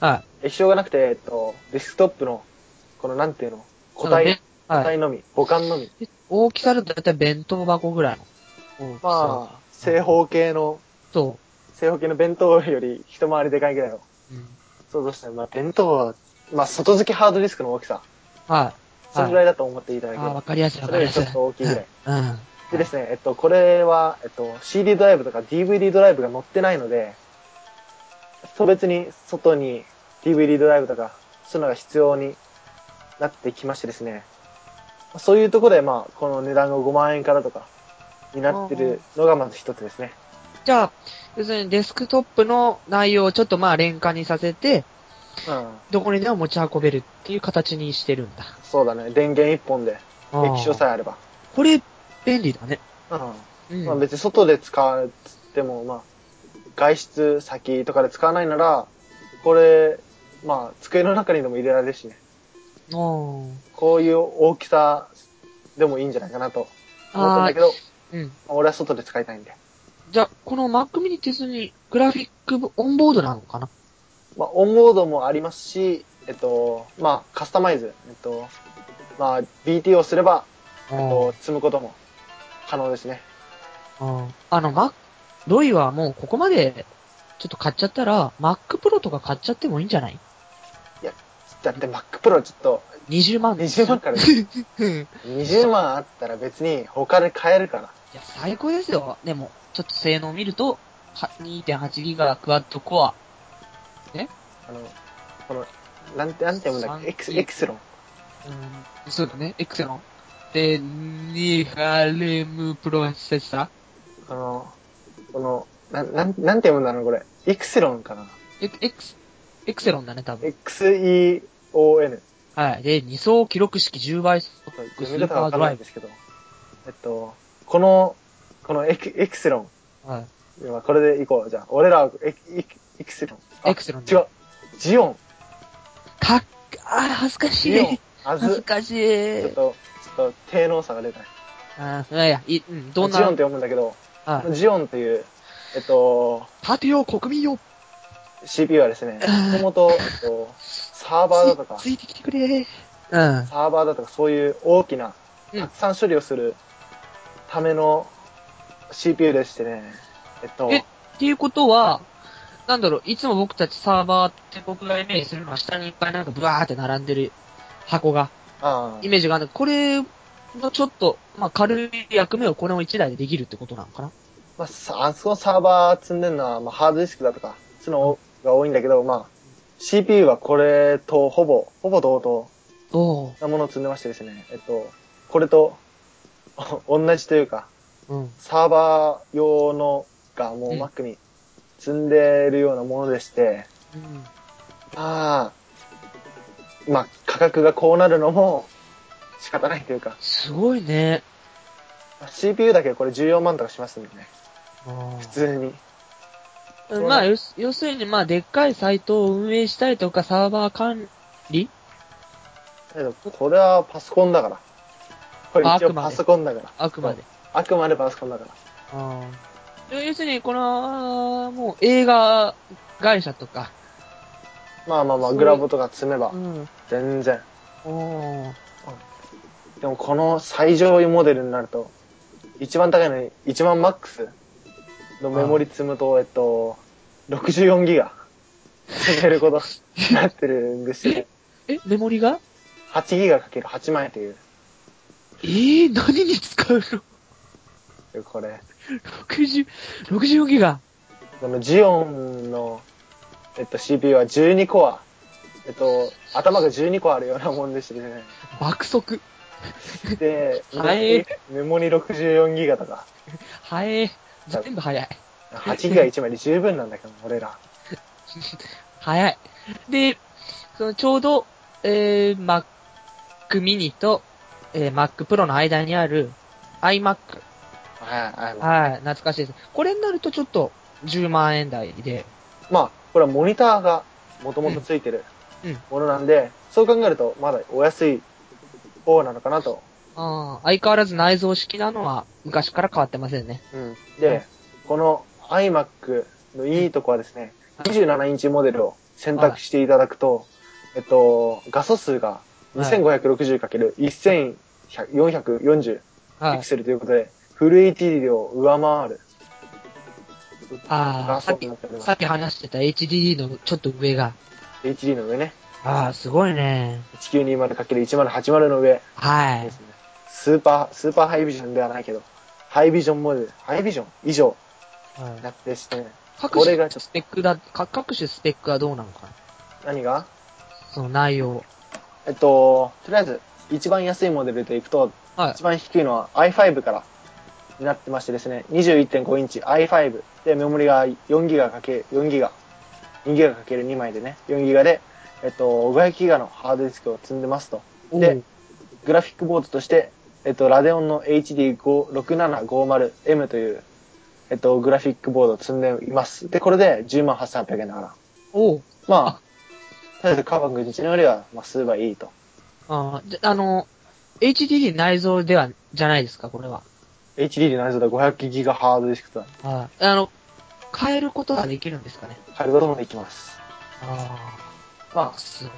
B: はい。
A: 液晶がなくて、えっと、デスクトップの、このなんていうの、個体、
B: その
A: 個
B: はい。
A: 体のみ、母艦のみ。
B: 大きさだとだいたい弁当箱ぐらいの。あ。
A: まあ、正方形の、
B: そ
A: 正方形の弁当より一回りでかいぐらいの。
B: う。うん。
A: そうですね。まあ、弁当は、まあ、外付きハードディスクの大きさ。
B: は
A: それぐらいだと思っていただ
B: い。
A: け
B: あ
A: れ
B: ー
A: ば
B: わかりやすいわ
A: そ
B: か
A: れ
B: り
A: よ
B: や
A: りち
B: すい。
A: ょっと大きいぐらい。
B: うん。
A: でですね、えっと、これは、えっと、CD ドライブとか DVD ドライブが載ってないので、特別に外に DVD ドライブとか、そういうのが必要になってきましてですね、そういうところで、まあ、この値段が5万円からとか、になってるのがまず一つですね。
B: じゃあ、要するにデスクトップの内容をちょっとまあ廉価にさせて、
A: うん。
B: どこにでも持ち運べるっていう形にしてるんだ。
A: そうだね。電源一本で、液晶さえ
B: え。
A: あれば。
B: これ、便利だね。
A: うん。
B: うん。
A: まあ別に外で使うっつっても、まあ、外出先とかで使わないなら、これ、まあ、机の中にでも入れられるしね。
B: おー
A: こういう大きさでもいいんじゃないかなと思ったん
B: あ
A: だ
B: ー
A: けど、ま
B: うん。
A: あ俺は外で使いたいんで。
B: じゃあ、この Mac mini って要するにグラフィックボオンボードなのかな
A: まあ、オンボードもありますし、えっと、まあ、カスタマイズ、えっと、まあ、BT をすれば、
B: あ
A: えっと、積むことも可能ですね。
B: あの、マロイはもうここまで、ちょっと買っちゃったら、Mac Pro とか買っちゃってもいいんじゃない
A: だって Mac Pro ちょっと
B: ?20 万で
A: 20万から、
B: うん。い
A: 20万あったら別に他で買えるから。
B: や、最高ですよ。でも、ちょっと性能を見ると、は 2.8GB クワッドコア。
A: あの、この、なんて、なんて読むんだっけエクス、エクスロン。
B: うん、そうだね。エクセロン。で、ニハレムプロセッサ
A: あの、この、なん、なん、なんて読むんだろうこれ。エクスロンかな
B: ーエクエクス、エクセロンだね、多分。
A: ?X-E-O-N。
B: はい。で、2層記録式10倍速ス
A: 読み方
B: ー
A: が
B: パ
A: わ
B: ー
A: から
B: ド
A: な
B: ラ
A: いん
B: イ
A: ですけど。えっと、この、このエク、エクスロ
B: ブ。はい。
A: ン。まあこれでいこう。じゃあ、俺らはエク、エクエクスロン。あ
B: エクセロン
A: 違う。ジ オン。
B: かっ、あー、恥ずかし
A: ジオン
B: い。。
A: あ
B: 恥ず
A: ず。
B: かし
A: ちょっ
B: い。
A: と、ちょっと、低能差が出たね。
B: あーいやいや、いうん、どんな。
A: ジオンって読むんだけど、
B: はい
A: ジオンっていう、えっと、
B: パティオ国民よ
A: CPU はですね、もともと、えっと、サーバーだとか
B: つ、いてきてくれ。うん。
A: サーバーだとかそういう大きな、
B: うん
A: たくさん処理をするための CPU でしてね、えっと、
B: えっていうことは、なんだろう、いつも僕たちサーバーって僕がイメージするのは下にいっぱいなんかブワーって並んでる箱が、
A: あ
B: イメージがあるんだけどこれのちょっと、まあ軽い役目をこれも1台でできるってことなのかな
A: まあ、さあそこのサーバー積んでるのは、まあ、ハードディスクだとか、そういうのが多いんだけど、まあ、CPU はこれとほぼ、ほぼ同等
B: おー
A: なものを積んでましてですね、えっと、これと、お 同じというか、
B: うん。
A: サーバー用のがもう
B: うん
A: Mac に積んでるようなものでして、
B: うん。
A: まあ、まあ、価格がこうなるのも仕方ないというか、
B: すごいね。
A: まあ CPU だけでこれ14万とかしますんでね、普通に。
B: うんまあ、要す要するに、まあ、でっかいサイトを運営したりとか、サーバー管理
A: だけど、これはパソコンだから。これ
B: あ
A: 一
B: あ
A: 応
B: くまで
A: パソコンだから。
B: あくまで。
A: あくまでパソコンだから。
B: ああ。要するに、この、もう映画会社とか。
A: まあまあまあ、
B: そう
A: グラボとか積めば、
B: ん。
A: 全然。
B: おー
A: でもこの最上位モデルになると、一番高いのに、一番マックスのメモリ積むと、えっと、64ギガ積めることになってるんですよ。
B: え、メモリが
A: 8ギガかける8万円という。
B: ええー、何に使うの
A: これ、
B: ?60、64ギガ。
A: このジオンの、えっと、CPU は12コア。えっと、頭が12個あるようなもんでしてね。
B: 爆速。
A: で、
B: はい
A: メモリ64ギガとか、
B: 早え。全部早い。
A: 8ギガ1枚で十分なんだけど、俺ら。
B: 早い。で、そのちょうど、えー、Mac mini と、えー、Mac Pro の間にある iMac。
A: はい、は
B: はい、懐かしいです。これになるとちょっと10万円台で、
A: い。まあ、これはモニターがもともとついてる
B: うんうん
A: ものなんで、そう考えると、まだお安い方なのかなと。
B: あー相変わらず内蔵式なのは昔から変わってませんね。
A: うん。で、この iMac のいいとこはですね、
B: はい
A: 27インチモデルを選択していただくと、えっと、画素数が 2560×1440
B: は
A: ピ
B: い
A: ク。セルということで、フル HD を上回る。
B: ああ、さっき
A: 画素となっており、ます
B: さっき話してた HDD のちょっと上が。
A: HD の上ね。
B: ああ、すごいね。
A: 1920×1080 の上。
B: は
A: で
B: い。
A: すね。スーパー、スーパーハイビジョンではないけど、ハイビジョンモデル、ハイビジョン以上
B: はい
A: なってして、
B: 各
A: これが
B: 種
A: ちょっ
B: スペックだ、か各種スペックはどうなのかな
A: と、何が
B: その内容。
A: えっと、とりあえず、一番安いモデルでいくと、
B: はい
A: 一。番低いのは i5 からになってましてですね、21.5インチ i5 でメモリが 4GB×4GB、2GB×2 枚でね、4GB で、えっと、500GB のハードディスクを積んでますと。
B: お
A: で
B: ー
A: グラフィックボードとして、えっと、ラデオンの HD6750M という、えっと、グラフィックボードを積んでいます。で、これで108,800円だから。
B: おー
A: まあ、とりあえずカバング自のよりは、まあ、数倍いいと。
B: あーであの、HDD 内蔵では、じゃないですか、これは。
A: HD で内蔵だ 500GB ハードディスクと
B: はい。あの、変えることができるんですかね。
A: 借りることもできます。
B: あ
A: ま
B: あ、すごい。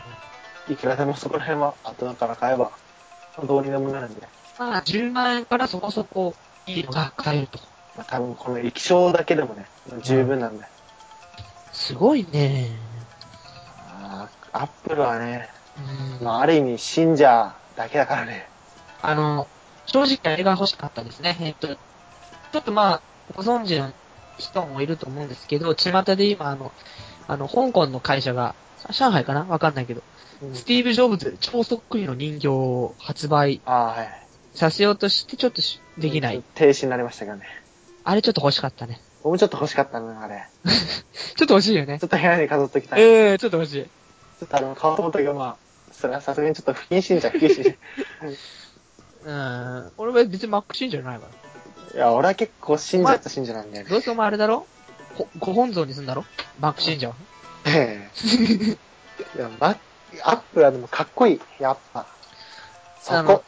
A: あ、いくらでもそこら辺は後から買えば、どうにでもなるんで。
B: まあ、10万円からそこそこいいのが買えると。
A: まあ、多分この液晶だけでもね、十分なんで。
B: すごいね。
A: ああ、アップルはね、
B: うん。
A: まあ、ある意味信者だけだからね。
B: あの、正直あれが欲しかったですね。えっと、ちょっとまあ、ご存知の人もいると思うんですけど、巷で今、あの、あの、香港の会社が、あ上海かなわかんないけど、
A: うん
B: スティーブ・ジョブズ超そっくりの人形を発売
A: ああ、はい。
B: させようとして、ちょっとしできない。。
A: 停止になりましたけどね。
B: あれちょっと欲しかったね。
A: 僕もちょっと欲しかったな、あれ。
B: ちょっと欲しいよね
A: ちょ。っと部屋に飾っときたい。ち
B: ええちょっと欲しい。
A: ょっとあの、買おうと思ったけど、まあ、それはさすがにちょっと不謹慎じゃ不謹 慎じ
B: うん。俺は別にマック信者じゃないから。
A: ゃ。いや、俺は結構信者と信者なんだよね。
B: どうせお前あれだろほご本尊にすんだろマック信者は。
A: え えいや、ま、アップルはでもかっこいい。やっぱ。そ
B: あ
A: こ
B: の。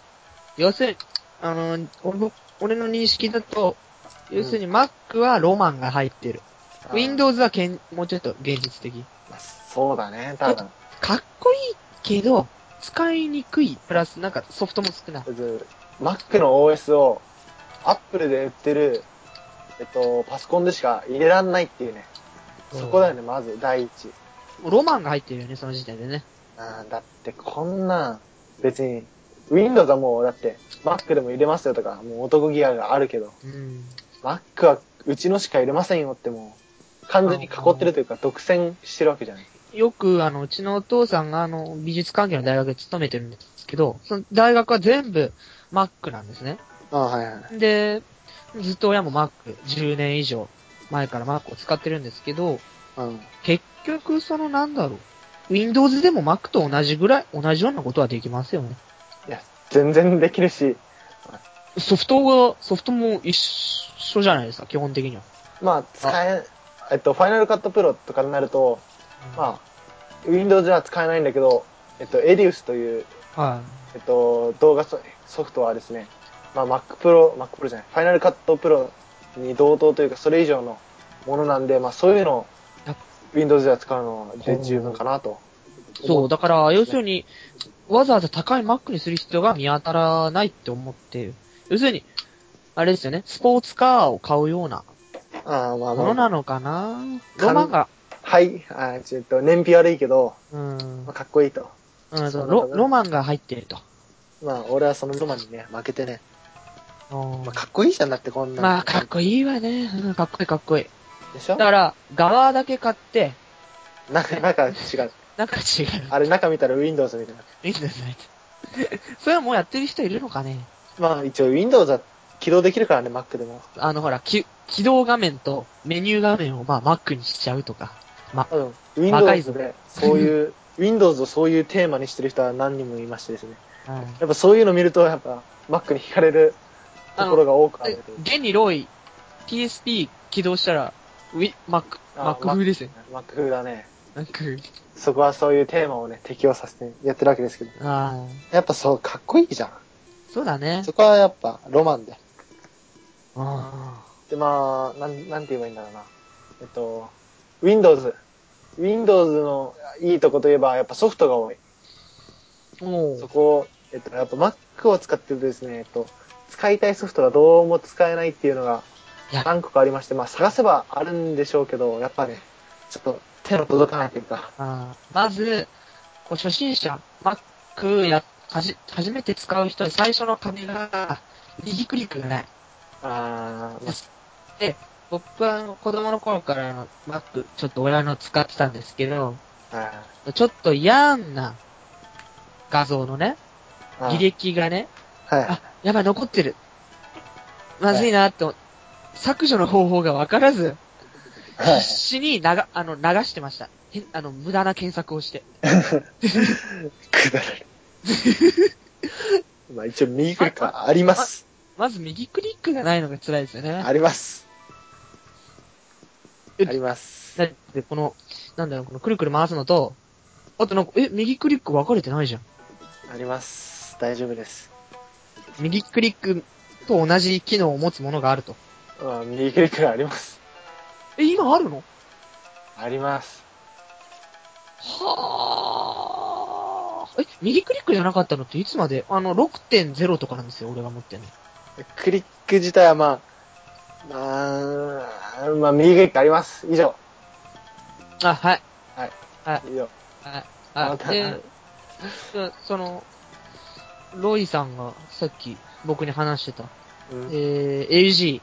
B: 要するに、あの、俺の俺の認識だと、
A: うん
B: 要するに Mac はロマンが入ってる。
A: あー
B: Windows はけんもうちょっと現実的。
A: まあそうだね、多分。
B: かっこいいけど、使いにくい。プラスなんかソフトも少ない。
A: Mac の OS を、アップルで売ってる、えっと、パソコンでしか入れらんないっていうね。そこだよね、まず、第一。
B: ロマンが入ってるよね、その時点でね。
A: あーだってこんなん、別に、Windows はもう、だって、Mac でも入れますよとか、もう男ギアがあるけど、
B: うん。
A: Mac はうちのしか入れませんよってもう、完全に囲ってるというか、独占してるわけじゃない。
B: よく、あの、うちのお父さんが、あの、美術関係の大学で勤めてるんですけど、その大学は全部 Mac なんですね。
A: あはいはい。
B: で、ずっと親も Mac、10年以上前から Mac を使ってるんですけど、
A: うん。
B: 結局そのなんだろう、Windows でも Mac と同じぐらい、同じようなことはできますよね。
A: 全然できるし、
B: ソフトが、ソフトも一緒じゃないですか、基本的には。
A: まあ、使え、えっと、Final Cut Pro とかになると、まあ、Windows では使えないんだけど、えっと、Edius という、
B: あ、は
A: えっと、動画ソソフトはですね、まあ、Mac Pro、Mac Pro じゃない、Final Cut Pro に同等というか、それ以上のものなんで、まあ、そういうのを
B: あ、
A: Windows では使うの
B: ほ
A: で
B: う
A: 十分かなと。
B: い。そう、だから、要するに、わざわざ高い Mac にする必要が見当たらないって思って、要するに、あれですよね、スポーツカーを買うような
A: ああ、まあ
B: も
A: ま
B: のな
A: あ、
B: のかな
A: かん
B: ロマンが、
A: はい、あーちょっと、燃費悪いけど、
B: うん
A: まあ、、かっこいいと。
B: うん、
A: そ
B: そうう
A: なんだ
B: ロ
A: ね
B: ロマンが入ってると。
A: まあ、俺はそのロマンにね、負けてね、ま
B: ま
A: あ、かっこいいじゃんだって、こん
B: あ、
A: なの
B: かっこいいわね。うんかっこいいかっこいい。
A: でしょ
B: だから、側だけ買って、
A: なんか、なんか違う。
B: なんか違う。
A: あれ、中見たら Windows みたいな。
B: いいんじゃないそれはもうやってる人いるのかね
A: まあ、一応 Windows は起動できるからね、Mac でも。
B: あの、ほら、き起動画面とメニュー画面をまあ Mac にしちゃうとか。
A: うん。
B: 若い
A: Windows
B: ぞ
A: で、そういう、Windows をそういうテーマにしてる人は何人もいましてですね。やっぱそういうの見ると、やっぱ Mac に惹かれるところが多くあ
B: で
A: るという。
B: 現にロイ、PSP 起動したら、ウィ、Mac、
A: あ
B: Mac 風ですよ。
A: Mac 風だね。
B: Mac 風。
A: そこはそういうテーマをね、適用させてやってるわけですけど。
B: ああ、
A: やっぱそう、かっこいいじゃ
B: そうだね
A: ん。。そこはやっぱロマンで。
B: あ
A: で、まあ、なん、なんて言えばいいんだろうな。えっと、Windows。Windows のいいとこといえば、やっぱソフトが多い。
B: あお
A: そ
B: ー
A: こを、えっと、やっぱ Mac を使ってるとですね、えっと、使いたいソフトがどうも使えないっていうのが
B: いや
A: 何個かありまして、まあ探せばあるんでしょうけど、やっぱね、ちょっと手の届かないというか、
B: あーまず、こう初心者、Mac や、はじ、初めて使う人に最初の壁が、右クリックがない。
A: あー、まあ
B: で、僕はあの子供の頃からあの Mac ちょっと親の使ってたんですけど、
A: あ
B: ちょっと嫌な画像のね、
A: ーあー
B: 履歴がね、
A: はい
B: あ。、やばい、残ってる。まずいなって、削除の方法がわからず、
A: はい
B: 必。死に流、あの、流してました。へあの、無駄な検索をして。
A: くだらない。まあ一応右クリックはあります。
B: まず右クリックがないのが辛いですよね。
A: あります。
B: え
A: あります。
B: だって、この、なんだろう、このくるくる回すのと、あとなんか、え、右クリック分かれてないじゃん。
A: あります。大丈夫です。
B: 右クリックと同じ機能を持つものがあると。
A: まあ、右クリックはあります。
B: え、今あるの
A: あります。
B: はあ。え、右クリックじゃなかったのっていつまであの、6.0とかなんですよ、俺が持ってるの。
A: クリック自体はまあ、まあ、まあ、右クリックあります。以上。
B: あ、はい。
A: 以上。
B: はい。
A: ま
B: あ、
A: た
B: で、そその、ロイさんがさっき僕に話してた、
A: うん
B: えー、LG、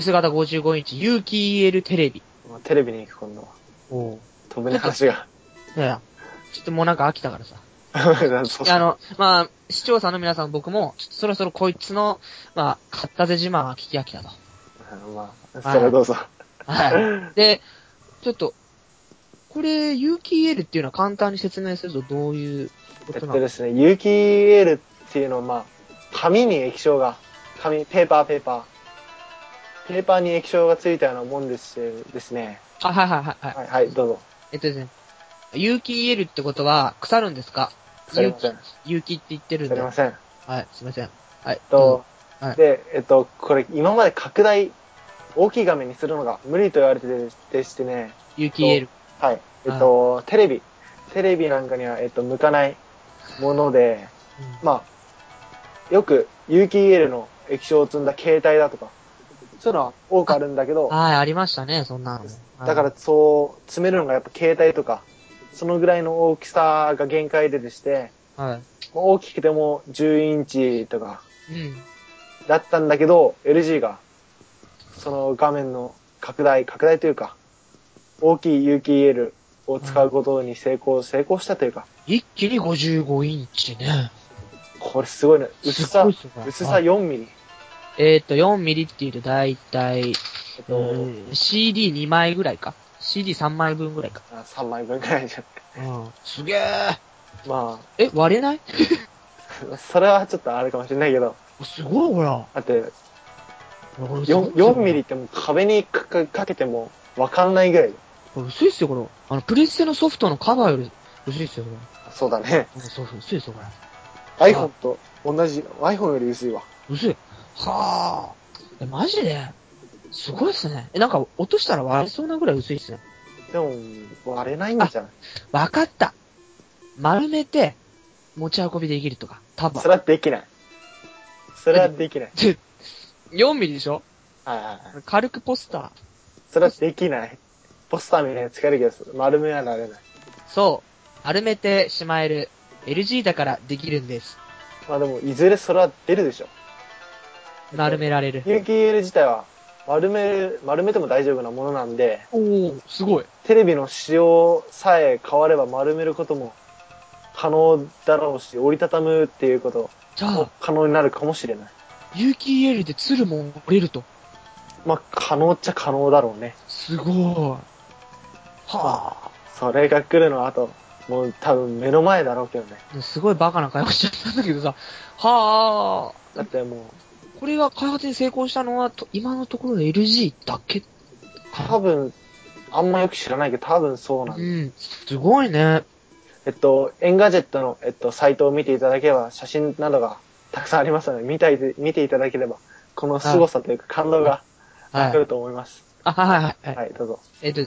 B: 薄型55インチ、有機 EL テレビ。
A: まあテレビに行く、今度は。
B: おい
A: 飛ぶね、話が。
B: やいや、ちょっともうなんか飽きたからさ。
A: そう
B: いやあの、まあ、視聴者の皆さん僕も、ちょっとそろそろこいつの、まあ、買ったぜ自慢は聞き飽きたと。
A: あのまあ、それはどうぞ。
B: は い。で、ちょっと、これ、有機 EL っていうのは簡単に説明するとどういうこ
A: えっ
B: とな
A: と
B: の
A: ですね、有機 EL っていうのは、まあ、紙に液晶が、紙、ペーパー、ペーパー。ペーパーに液晶がついたようなもんですしですね。
B: あ、はいはいはいはい。
A: はい、はい、どうぞ。
B: えっとですね、有機 EL ってことは、腐るんですか
A: 腐りません。
B: 有機って言ってるん
A: 腐
B: で。
A: りま
B: は
A: せん。
B: い、すいません。はい。
A: と、
B: うんはい
A: で、えっと、これ、今まで拡大、大きい画面にするのが無理と言われてでしてね、
B: うん有機 EL。
A: はい。えっと、テレビ、テレビなんかには、えっと、向かないもので、まあ、よく有機 EL の液晶を積んだ携帯だとか、そういうのは多くあるんだけど、
B: はい、ありましたね、そんなのも。
A: だからそう、詰めるのがやっぱ携帯とか、そのぐらいの大きさが限界ででして、
B: はい、
A: も
B: は
A: う大きくても10インチとか
B: い。うん。
A: だったんだけど、LG が、その画面の拡大、拡大というか、大きい有機 EL を使うことに成功、成功したというか、
B: 一気に55インチね。
A: これすごいね。薄
B: す
A: さ
B: ごいっすね、
A: 薄さ
B: はい
A: 4ミリ。
B: えっ、と、4ミリっていうと大体、
A: えっ
B: う
A: と、
B: ん、CD2 枚ぐらいか。CD3 枚分ぐらいか。
A: あ3枚分くらいじゃん。
B: うん。すげえ。
A: ま
B: え、割れない
A: あ、それはちょっとあれかもしれないけど、
B: すごい、ほら。
A: だって
B: 4
A: 4, 4ミリってもう壁にかかかけてもわかんないぐらい。
B: これ薄いっすよ、これ。あの、プレステのソフトのカバーより薄いっすよ、これ。
A: そうだね。
B: うんそうそう、薄いですよ、これ。
A: iPhone と同じ、iPhone より薄いわ。
B: 薄い。はぁ。え、マジですごいっすね。え、なんか、落としたら割れそうなぐらい薄いっすね。
A: でも、割れないんじゃない
B: わかった。丸めて、持ち運びできるとか。多分
A: そ。れはできない。それはできない。
B: で4ミリでしょ
A: はいはいはい。
B: 軽くポスター。
A: それはできない。ポスターみたいなやつ使えるけど、丸めはなれない。
B: そう。丸めてしまえる。LG だからできるんです。
A: まあでも、いずれそれは出るでしょ。
B: 丸められる。
A: 有機 EL 自体は、丸める、丸めても大丈夫なものなんで、
B: おー、すごい。
A: テレビの仕様さえ変われば丸めることも可能だろうし、折りたたむっていうこと
B: じゃ
A: も
B: あ、
A: 可能になるかもしれない。
B: 有機 EL でツルも折れると。
A: まあ、可能っちゃ可能だろうね。
B: すごい。はぁ。
A: それが来るのはあと、もう多分目の前だろうけどね。
B: すごいバカな会話しちゃったんだけどさ、は
A: だっても
B: あ、これが開発に成功したのは、と今のところ LG だけ
A: う、多分、あんまよく知らないけど、多分そうなん
B: う
A: だ。
B: ん、すごいね。
A: えっと、エンガジェットの、えっと、サイトを見ていただければ、写真などがたくさんありますので、見たいで、見ていただければ、この凄さというか感動が
B: は
A: 来る
B: い。
A: と思います。
B: あ、はいはいはい。
A: はい、どうぞ。
B: えっ、と、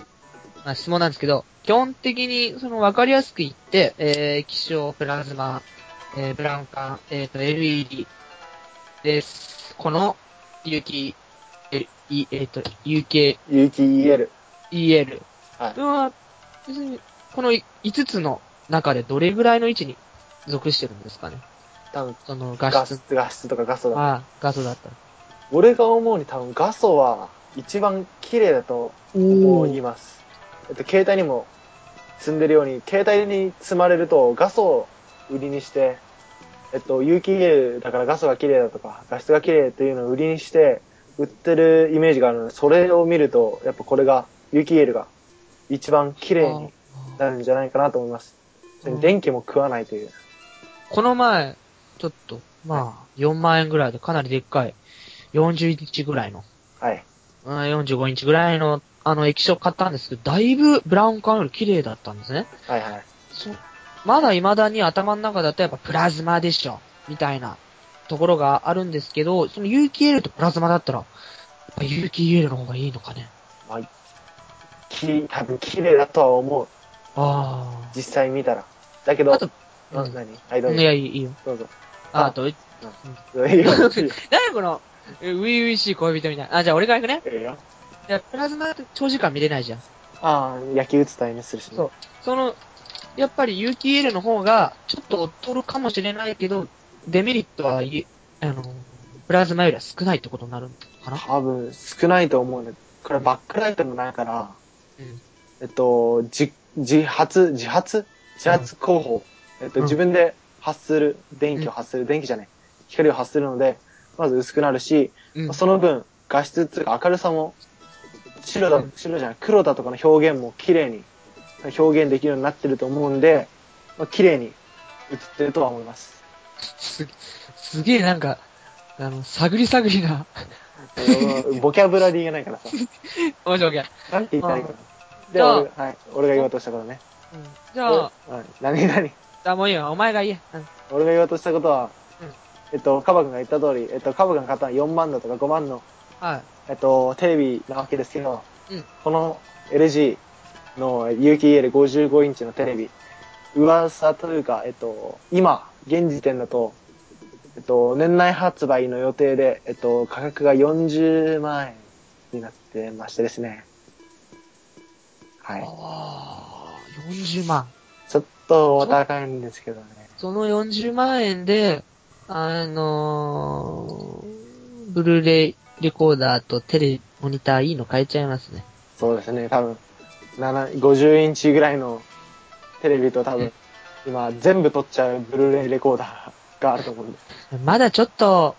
B: まあ、質問なんですけど、基本的に、その、わかりやすく言って、えー、気象、プラズマ、えーブランカン、えっ、と、LED です。この、有機、え、いえっ、と、UKEL
A: UTEL。はい
B: これは、別に、この5つの中でどれぐらいの位置に属してるんですかね
A: 多分、
B: その
A: ガ
B: 画質
A: ス、ガスとかガソだ。
B: ああ、画素だったら。
A: 俺が思うに多分ガソは一番綺麗だと思います。えっと、携帯にも積んでるように、携帯に積まれるとガソを売りにして、えっと、有機 EL だからガソが綺麗だとか、画質が綺麗っていうのを売りにして、売ってるイメージがあるので、それを見ると、やっぱこれが、有機 EL が一番綺麗に
B: ああ
A: なるんじゃないかなと思います。
B: うん
A: 電気も食わないという。
B: この前、ちょっと、まあ、4万円ぐらいでかなりでっかい、40インチぐらいの、
A: はい。
B: うん45インチぐらいの、あの液晶買ったんですけど、だいぶブラウン管より綺麗だったんですね。
A: はいはい。
B: そう。まだ未だに頭の中だとやっぱプラズマでしょ、みたいなところがあるんですけど、その有機 EL とプラズマだったら、やっぱ有機 EL の方がいいのかね。
A: き、多分綺麗だとは思う。
B: あ
A: 実際見たら。だけ
B: あ。
A: ど、
B: あと、
A: な
B: うん
A: 何はい、どう
B: い
A: ぞ。
B: や、いいいいよ。
A: どうぞ。
B: ああと、え
A: いいよ。いいよ
B: 何やこの、えウィウィしい恋人みたいな。あ、じゃあ俺から行くね。
A: いいよ。
B: いや、プラズマだと長時間見れないじゃん。
A: ああ、野球打つと NS するしね。
B: そうその、やっぱり有機 EL の方が、ちょっと劣るかもしれないけど、デメリットは、いあの、プラズマよりは少ないってことになるのかな。
A: 多分少ないと思うね。これバックライトもないから、
B: うん。
A: えっと、じ自発、自発自発工法。えっと、
B: うん
A: 自分で発する、電気を発する、電気じゃない。光を発するので、まず薄くなるし、
B: うん。
A: その分、画質っていうか明るさも、白だ、白じゃない、黒だとかの表現も綺麗に、表現できるようになってると思うんで、まあ、綺麗に映ってるとは思い ます。
B: す、すげえなんか、あの、探り探りな。
A: ボキャブラリーがないからさ。
B: 面白い面白い。
A: なんて言ったらいいかな。で、
B: じゃあ
A: 俺はい、俺が言おうとしたことね。
B: うん。じゃあ、
A: 俺はい何何
B: あ、もういいよ。お前が言え。うん。
A: 俺が言おうとしたことは
B: うん、
A: えっと、カバ君が言った通り、えっと、カバ君が買ったのは4万だとか5万の、
B: はい。
A: えっと、テレビなわけですけど、
B: うん
A: この LG の UKEL55 インチのテレビ、噂というか、えっと、今、現時点だと、えっと、年内発売の予定で、えっと、価格が40万円になってましてですね。はい。
B: ああ、40万。
A: ちょっとお高いんですけどね。
B: その40万円で、あのー、ブルーレイレコーダーとテレ、モニターいいの買えちゃいますね。
A: そうですね、多分、7 50インチぐらいのテレビと多
B: う
A: 分
B: ん、
A: 今全部撮っちゃうブルーレイレコーダーがあると思うんです。
B: まだちょっと、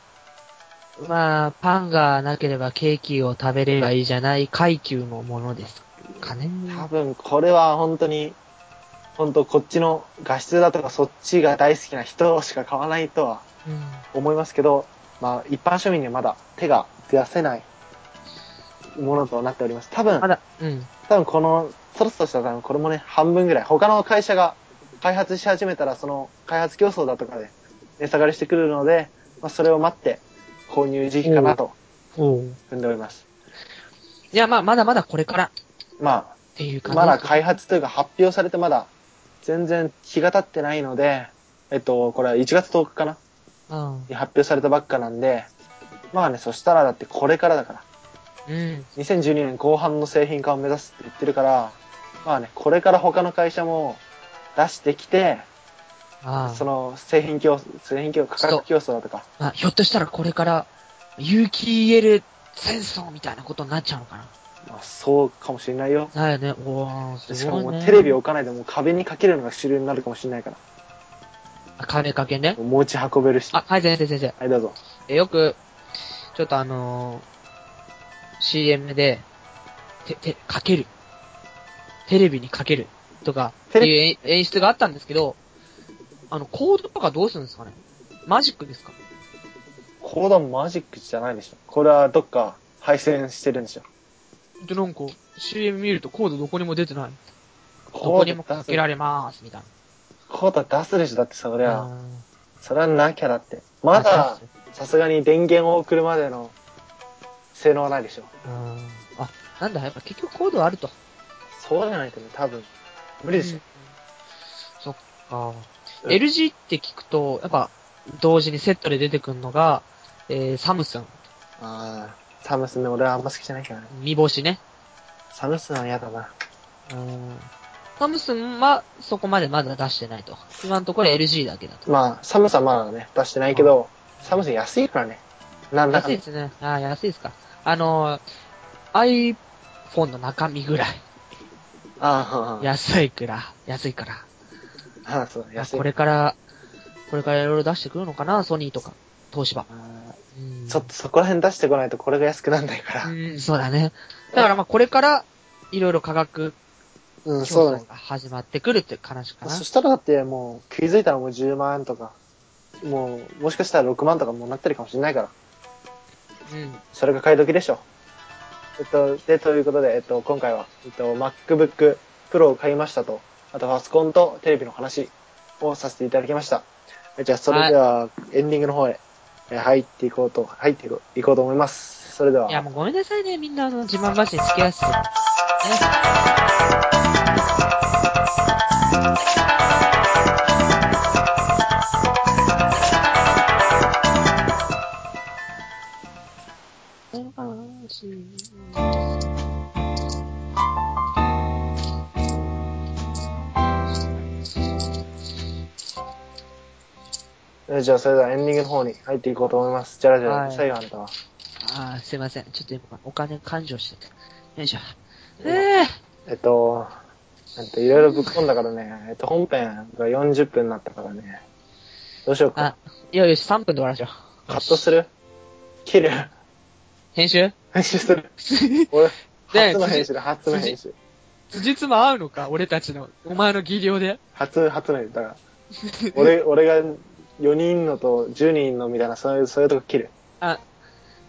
B: まあ、パンがなければケーキを食べればいいじゃない階級のものですかね。
A: 多分これは本当に、本当こっちの画質だとかそっちが大好きな人しか買わないとは
B: うん
A: 思いますけど、まあ一般庶民にはまだ手が出せないものとなっております。多分
B: ま、だ、うん。
A: 多分この、そろそろしたら多分これもね、半分ぐらい。他の会社が開発し始めたらその開発競争だとかで値下がりしてくるので、まあそれを待って購入時期かなと踏んでおります。
B: いや、まあ、まだまだこれからっ
A: まあ
B: ていう感じ。
A: まだ開発というか発表されてまだ全然日が経ってないので、えっと、これは1月10日かな
B: うん。
A: に発表されたばっかなんで、まあね、そしたらだってこれからだから、
B: うん。
A: 2012年後半の製品化を目指すって言ってるから、まあね、これから他の会社も出してきて、
B: ああ
A: その製品競争、製品競争、価格競争だとか、
B: まあ、ひょっとしたらこれから、有機 EL 戦争みたいなことになっちゃうのかな。
A: まあ、そうかもしれないよ。
B: だよね。おー、すご
A: し
B: い、ね。
A: かももうテレビを置かないでもう壁にかけるのが主流になるかもしれないか
B: あ。金かけね。
A: ら、持ち運べるし。
B: あ、はい、先生、先生。
A: はい、どうぞ。
B: え、よく、ちょっとあのー CM で、て、て、かける。テレビにかける。とか、って
A: テレ
B: いう演演出があったんですけど、あの、コードとかどうするんですかねマジックですか
A: コードマジックじゃないでしょ。これはどっか配線してるんでしょ。
B: で、なんか、CM 見るとコードどこにも出てない。ど
A: コ
B: こ
A: ー
B: にも
A: ド
B: か
A: 出す
B: け。られまーす、みたい
A: コード出すでしょ。だってそり
B: な。
A: ゃ、
B: あー
A: それはなきゃだって。まだ、さすがに電源を送るまでの性能はないでしょ。
B: あー、あなんだ、やっぱ結局コードはあると。
A: そうじゃないとね、多分、無理でしょ。
B: うんそっか。
A: うん
B: LG って聞くと、やっぱ、同時にセットで出てくるのが、えー、サムスン、
A: あー、サムスンの俺はあんま好きじゃないけどね。
B: 見星ね。
A: サムスンは嫌だな。
B: うん。サムスンはそこまでまだ出してないと。今のところ LG だけだと。
A: まあ、サムスンはまだね、出してないけど、サムスン安いからね。なんだか
B: 安い
A: ね
B: ですね。ああ、安いですか。あのー、iPhone の中身ぐらい。
A: あー
B: 安いから、安いから。
A: あー、そう、安い。
B: これから、これからいろいろ出してくるのかな、ソニーとか、東芝。
A: あ
B: うん
A: ーちょっとそこら辺出してこないとこれが安くなんないから。
B: うん、そうだね。だからまあこれから、いろいろ価格
A: うん、
B: 競
A: そうだね
B: 争。が始まってくるって感じかな。
A: そしたらだってもう、気づいたらもう10万とか、もう、もしかしたら6万とかもうなってるかもしれないから、
B: うん。、
A: それが買い時でしょ。えっと、で、ということで、えっと、今回は、えっと、MacBook Pro を買いましたと、あとパソコンとテレビの話をさせていただきました。えじゃあ、それでは、エンディングの方へ、え入っていこうと、入っていこういこうと思います。それではい
B: やもうごめんなさいね、みんなあの自慢話に付き合わせて。ね
A: えじゃあ、それではエンディングの方に入っていこうと思います。じゃらじゃら、
B: はい
A: 最後あんたは。
B: あーすいません。ちょっと今、お金勘定してて。よいしょ。ええ
A: えっと、なんていろいろぶっ込んだからね、えっと、本編が40分になったからね。どうしようか
B: あ。、いやよし、3分で終わらしょう。
A: カットする切る
B: 編 集
A: 編集する俺、
B: ね
A: 初の編集だ、初の編集。
B: 辻褄合うのか俺たちの。お前の技量で。
A: 初、初の編集。 だから、俺、俺が4人のと10人のみたいな、そういう、そういうとこ切る。
B: あ、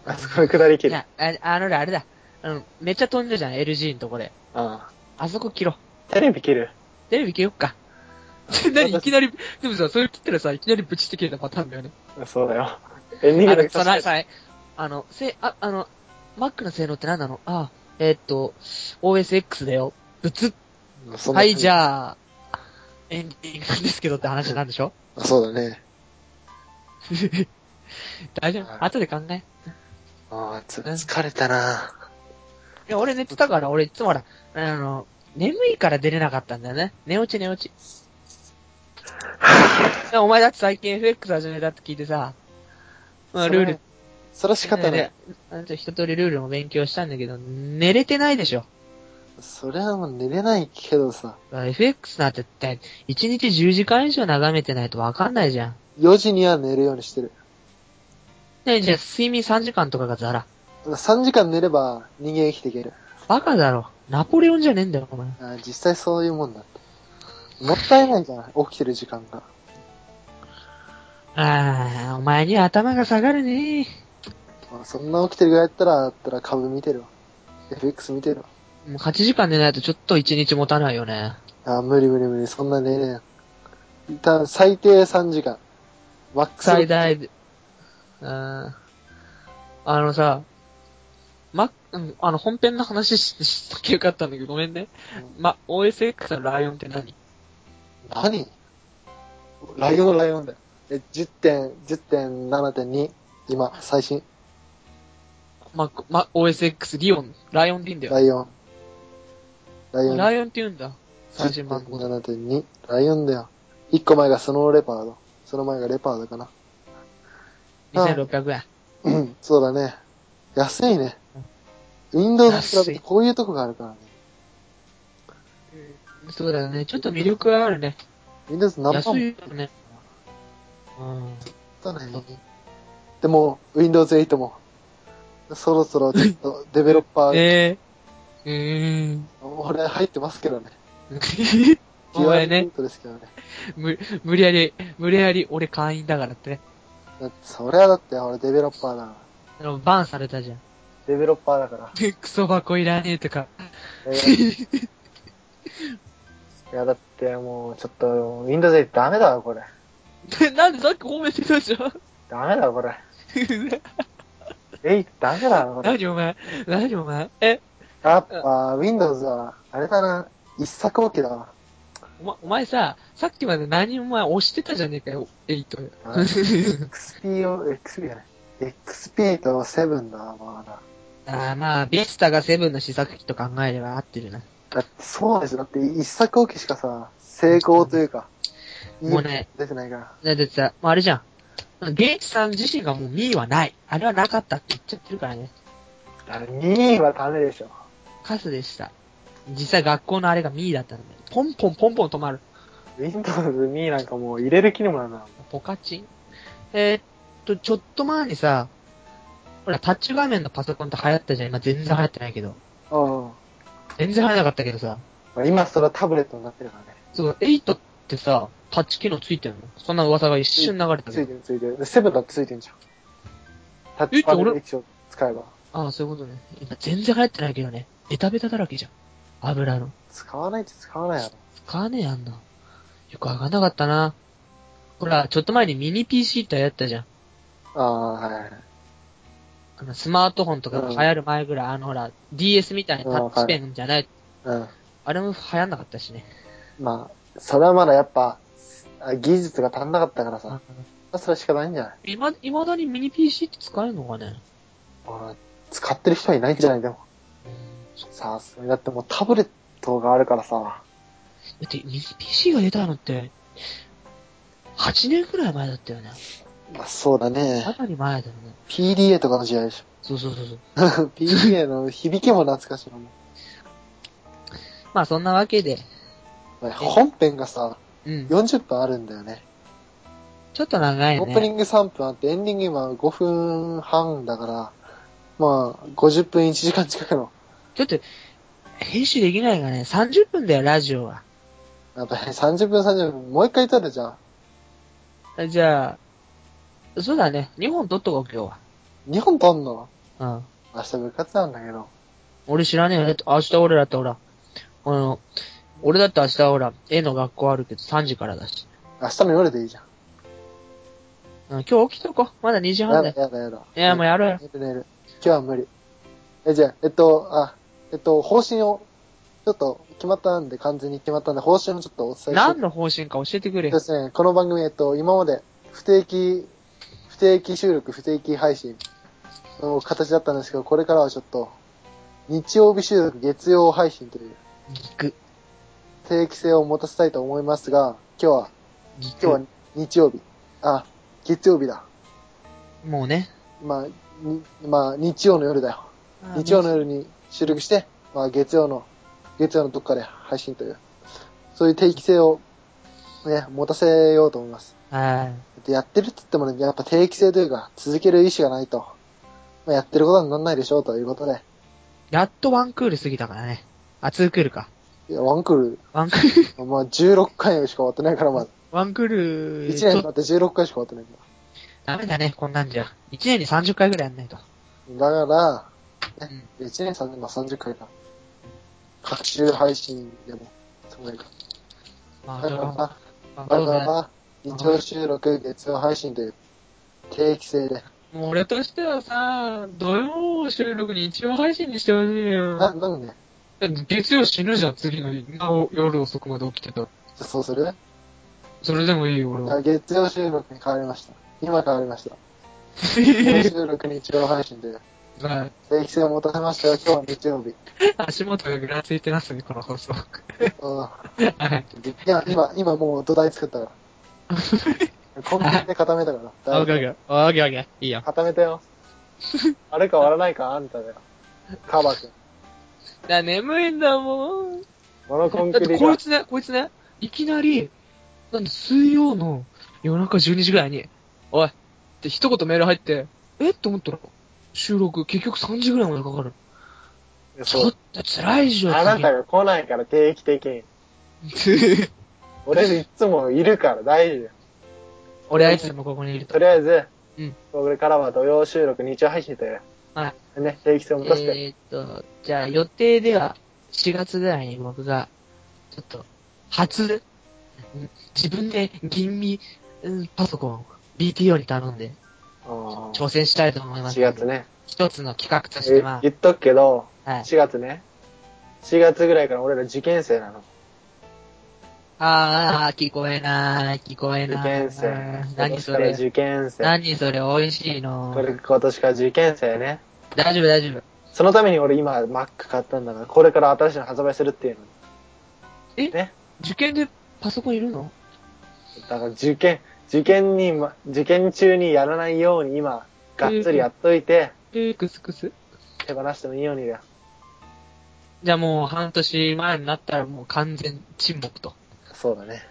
A: あそこのくだり
B: い
A: 切る。あ
B: や、ああのね、あれだ。うん、めっちゃ飛んでるじゃん、LG のとこで。
A: あ
B: あそこ切ろう。
A: テレビ切る。
B: テレビ切よっか。 何いきなり、でもさ、それ切ったらさ、いきなりブチって切れたパターンだよね。
A: そうだよ。エンディング
B: あ
A: だ
B: の、
A: け
B: その、
A: させて
B: さ、あの、せ、あ、あの、Mac の性能って何なのあ、えーっと、OSX だよ。ぶつ、
A: そんな
B: はい、じゃあ、エンディングなんですけどって話なんでしょ
A: あ。そうだね。
B: 大丈
A: はい
B: 夫後で考え。い
A: ああ、つ、疲れたな。
B: や、俺寝てたから、俺いつもほら、あの、眠いから出れなかったんだよね。寝落ち 寝落ち。でもお前だって最近 FX 始めたって聞いてさ、まあ、ルール
A: それは仕方ない。
B: ねね一通りルールも勉強したんだけど、寝れてないでしょ。
A: それはもう寝れないけどさ、
B: FX なんてって、1日10時間以上眺めてないとわかんないじゃん。
A: 4時には寝るようにしてる。
B: ねじゃあ睡眠3時間とかがザラ。
A: 3時間寝れば人間生きていける。
B: バカだろ。ナポレオンじゃねえんだよ、お前。
A: あ実際そういうもんだって。もったいないじゃない、起きてる時間が。
B: ああ、お前には頭が下がるね。
A: まあ、そんな起きてるぐらいやったら、だったら株見てるわ。FX 見てるわ。
B: もう8時間寝ないとちょっと1日持たないよね。
A: あ無理無理無理、そんな寝れない。た最低3時間。マックス。
B: 最大で。うーん。あのさ、ま、うん、あの、本編の話ししたけよかったんだけど、ごめんね。ま、OSX のライオンって何
A: 何ライオンのライオンだよ。え、10点、10.7.2。今、最新。
B: ま、ま、OSX、リオン、ライオンでいいんだよ。
A: ライオン。ライオン。
B: ライオンって言うんだ。最新版の。
A: 7.2。ライオンだよ。1個前がスノーレパード。その前がレパードかな。
B: 2600円。
A: うん、そうだね。安いね。Windows と比べてこういうとこがあるからね。
B: そうだよね。ちょっと魅力があるね。
A: Windows 何
B: 安
A: 本も
B: いよね。うん。
A: だね。でも、Windows 8も、そろそろちょっとデベロッパー、
B: えー。うーん。
A: 俺入ってますけどね。
B: お前ね、
A: 9%ですけどね。
B: む、無理やり、無理やり俺会員だからってね。
A: だってそりゃだって俺デベロッパーだから。
B: あの、バンされたじゃん。
A: デベロッパーだ から。
B: クソ箱いらねえとか。
A: いやだってもうちょっと Windows 8ダメだわこれ。
B: なんでさっき褒めてたじゃん。
A: ダメだわこ れ。8ダメだわこれ。
B: 何お前何お前え
A: やっぱ、Windows は、あれだな、一作置きだわ。
B: お前お前さ、さっきまで何お前押してたじゃねえかよ、8。
A: はい XP を、XP じゃない。XP と7だな、まだ。
B: ああ、まあ、ビスタがセブンの試作機と考えれば合ってるな。
A: だってそうですよ。だって一作おきしかさ、成功というか、いい
B: もうね
A: 出てないから。
B: だってさ、もうあれじゃん。ゲイチさん自身がもうミーはない。あれはなかったって言っちゃってるからね。
A: あれ、2位はダメでしょ。
B: カスでした。実際学校のあれがミーだったんだよ。ポンポンポンポン止まる。
A: Windows2 なんかもう入れる気にもならない。
B: ポカチンえーっと、ちょっと前にさ、ほら、タッチ画面のパソコンって流行ったじゃん。今全然流行ってないけど。
A: うん。
B: 全然流行らなかったけどさ。
A: まあ、今それはタブレットになってるからね。
B: そう、8ってさ、タッチ機能ついてるのそんな噂が一瞬流れた
A: つ
B: け
A: いて
B: ど。
A: るついてる。7だってついてんじゃん。タッチパネル
B: え
A: 液を使えば。
B: ああ、そういうことね。今全然流行ってないけどね。ベタベタだらけじゃん。油の。
A: 使わないって使わないやろ。
B: 使わねえやんな。よくわかんなかったな。ほら、ちょっと前にミニ PC ってやったじゃん。
A: ああ、はいはい。
B: あの、スマートフォンとかが流行る前ぐらい、あのほら、DS みたいにタッチペンじゃない。
A: うん。
B: あれも流行んなかったしね。
A: まあ、それはまだやっぱ、あ技術が足んなかったから
B: あ
A: さ。それは仕方ないんじゃない
B: いま、いまだにミニ PC って使えるのかね
A: あ使ってる人はいないんじゃないでも。さすがに。だってもうタブレットがあるからさ。
B: だって、ミニ PC が出たのって、8年くらい前だったよね。
A: まあそうだ
B: か
A: ね。
B: なり前だよね。
A: PDA とかの時代でし
B: そうそうそうそう。
A: ょ。PDA の響きも懐かしいのも
B: まあ、そんなわけで、
A: う。本編がさ、
B: うん。
A: 40分あるんだよね。
B: ちょっと長いね。
A: オープニング3分あって、エンディング今5分半だから、まあ、50分1時間近くの、
B: ちょっと、編集できないがね、30分だよ、ラジオは。
A: やっぱり30分30分、もう一回撮るじゃん。
B: じゃあ、そうだね。2本撮っとこう、今日
A: 2本撮んの
B: は。うん。
A: 明日部活なんだけど。
B: 俺知らねえよ。だって明日俺だってほら、あの、俺だって明日ほら、絵の学校あるけど3時からだし。
A: 明日の夜でいいじゃん。
B: うん、今日起きとこう。まだ2時半
A: や
B: だ
A: だや
B: よ。
A: だやだ。
B: いや、もうやろうよ。
A: 寝る寝る。今日は無理。え、じゃあ、えっと、あ、えっと、方針を、ちょっと決まったんで、完全に決まったんで、方針をちょっとお伝えして。
B: 何の方針か教えてくれ
A: で
B: よ。
A: すね、この番組、えっと、今まで不定期、不定期収録、不定期配信の形だったんですけど、これからはちょっと、日曜日収録、月曜配信という
B: ギク。
A: 定期性を持たせたいと思いますが、今日は、
B: ギク。
A: 今日は日曜日、あ、月曜日だ。
B: もうね。
A: まあ、にまあ、日曜の夜だよ。日曜の夜に収録して、まあ、月曜の、月曜のどっかで配信という、そういう定期性を、ね、持たせようと思います。
B: はい。
A: やってるって言ってもね、やっぱ定期性というか、続ける意思がないと、まあ、やってることにならないでしょうということで、
B: やっとワンクール過ぎたからね。あ、ツークールか。
A: いやワンク
B: ワ ンクール、
A: ール、まあ、16回しか終わってないから、まだ。
B: ワンクール、
A: 1年
B: ち
A: 経
B: ょ
A: って16回しか終わってないか
B: ダメだね、こんなんじゃ。1年に30回ぐらいやんないと。
A: ら。だから、
B: うん
A: ね、1年3年、まあ、30回か。各週配信でも、そうだよだ
B: まあ、
A: か
B: ちょ
A: ら、だ
B: っと、
A: か
B: そうだね
A: ら、日曜収録、月曜配信という、定期性で。
B: もう俺としてはさ、土曜収録に一応配信にしてほしい
A: な、
B: よ。
A: なんで
B: 月曜死ぬじゃん、次の日。なお夜遅くまで起きて
A: じ
B: た。
A: ゃあそうする
B: それでもいいよ、俺
A: じゃあ
B: は。
A: 月曜収録に変わりました。今変わりま した。月曜収録、日曜配信という。
B: まあ
A: 定期性を持たせましたよ、今日は日曜日。
B: 足元がぐらついてますね、この放送。
A: う
B: はい。
A: ん。いや、今、今もう土台作った から。コンビニで固めたから。
B: あ、オッケーオッケー。あオッケーオッケー。いいよ。
A: 固めたよ。あれか割らないか、あんただよ。カバ君。
B: だ眠いんだもん。
A: モノコン
B: だ
A: ク
B: って
A: リ
B: こい
A: が。
B: つね、こいつね、いきなり、なんで水曜の夜中12時ぐらいに、おいって一言メール入って、えって思ったら、収録結局3時ぐらいまでかかる。ちょっと辛いじゃん。
A: あなたが来ないから定期的に。
B: 次
A: 俺いつもいるから大丈夫よ。
B: 俺はいつもここにいると。
A: とりあえず、
B: うん
A: これからは土曜収録、日曜配信という。。
B: はい
A: ね、定期性を持たせて。
B: えーっと、じゃあ予定では4月ぐらいに僕が、ちょっと、初、うん自分で吟味、うんパソコンを BTO に頼んで
A: あー
B: 挑戦したいと思います。
A: 4月。ね。
B: 一つの企画として
A: え
B: ま
A: 言っとくけど、
B: あ、はい。
A: 4月ね。4月ぐらいから俺ら受験生なの。
B: あー、聞こえない、聞こえ
A: 受
B: ない。
A: 験生。
B: 何そ
A: これ
B: れ。
A: 受験生。
B: 何それ、美味しい
A: こ
B: の。
A: れ今年から受験生ね。
B: 大丈夫、大丈夫。
A: そのために俺今 Mac 買ったんだから、これから新しいの発売するっていうの。
B: え
A: ね。
B: 受験でパソコンいるの
A: だから受験、受験にま、受験中にやらないように今、がっつりやっといて、
B: えー、クスクス。
A: 手放してもいいようにだよ。
B: じゃあもう半年前になったらもう完全沈黙と。
A: そうだね。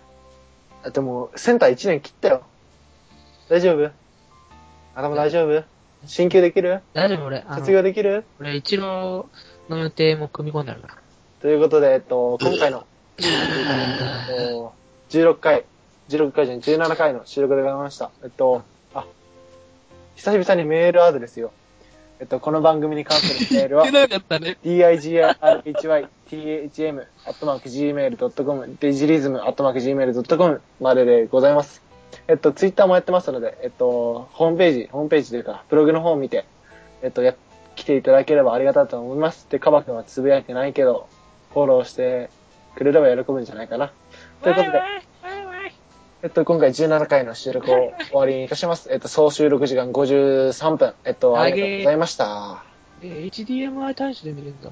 A: でも、センター1年切ったよ。大丈夫頭大丈夫進級できる
B: 大丈夫、俺。あ
A: 卒
B: の、
A: 業できる
B: 俺、一郎の予定も組み込んであるから。
A: ということで、えっと、今回の、えっと、16回、16回じゃない、17回の収録でございました。えっと、あ、久々にメールアドレスよ。えっと、この番組に関するメールは、
B: なかったね。
A: digirthm.gmail.com、デジリズム .gmail.com まででございます。えっと、ツイッターもやってますので、えっと、ホームページ、ホームページというか、ブログの方を見て、えっと、や、来ていただければありがたいと思います。で、カバ君はつぶやいてないけど、フォローしてくれれば喜ぶんじゃないかな。ということで、えっと、今回17回の収録を終わりにいたします。えっと、総収録時間53分。えっと、ありがとうございました。
B: えー、HDMI 端子で見れるんだ。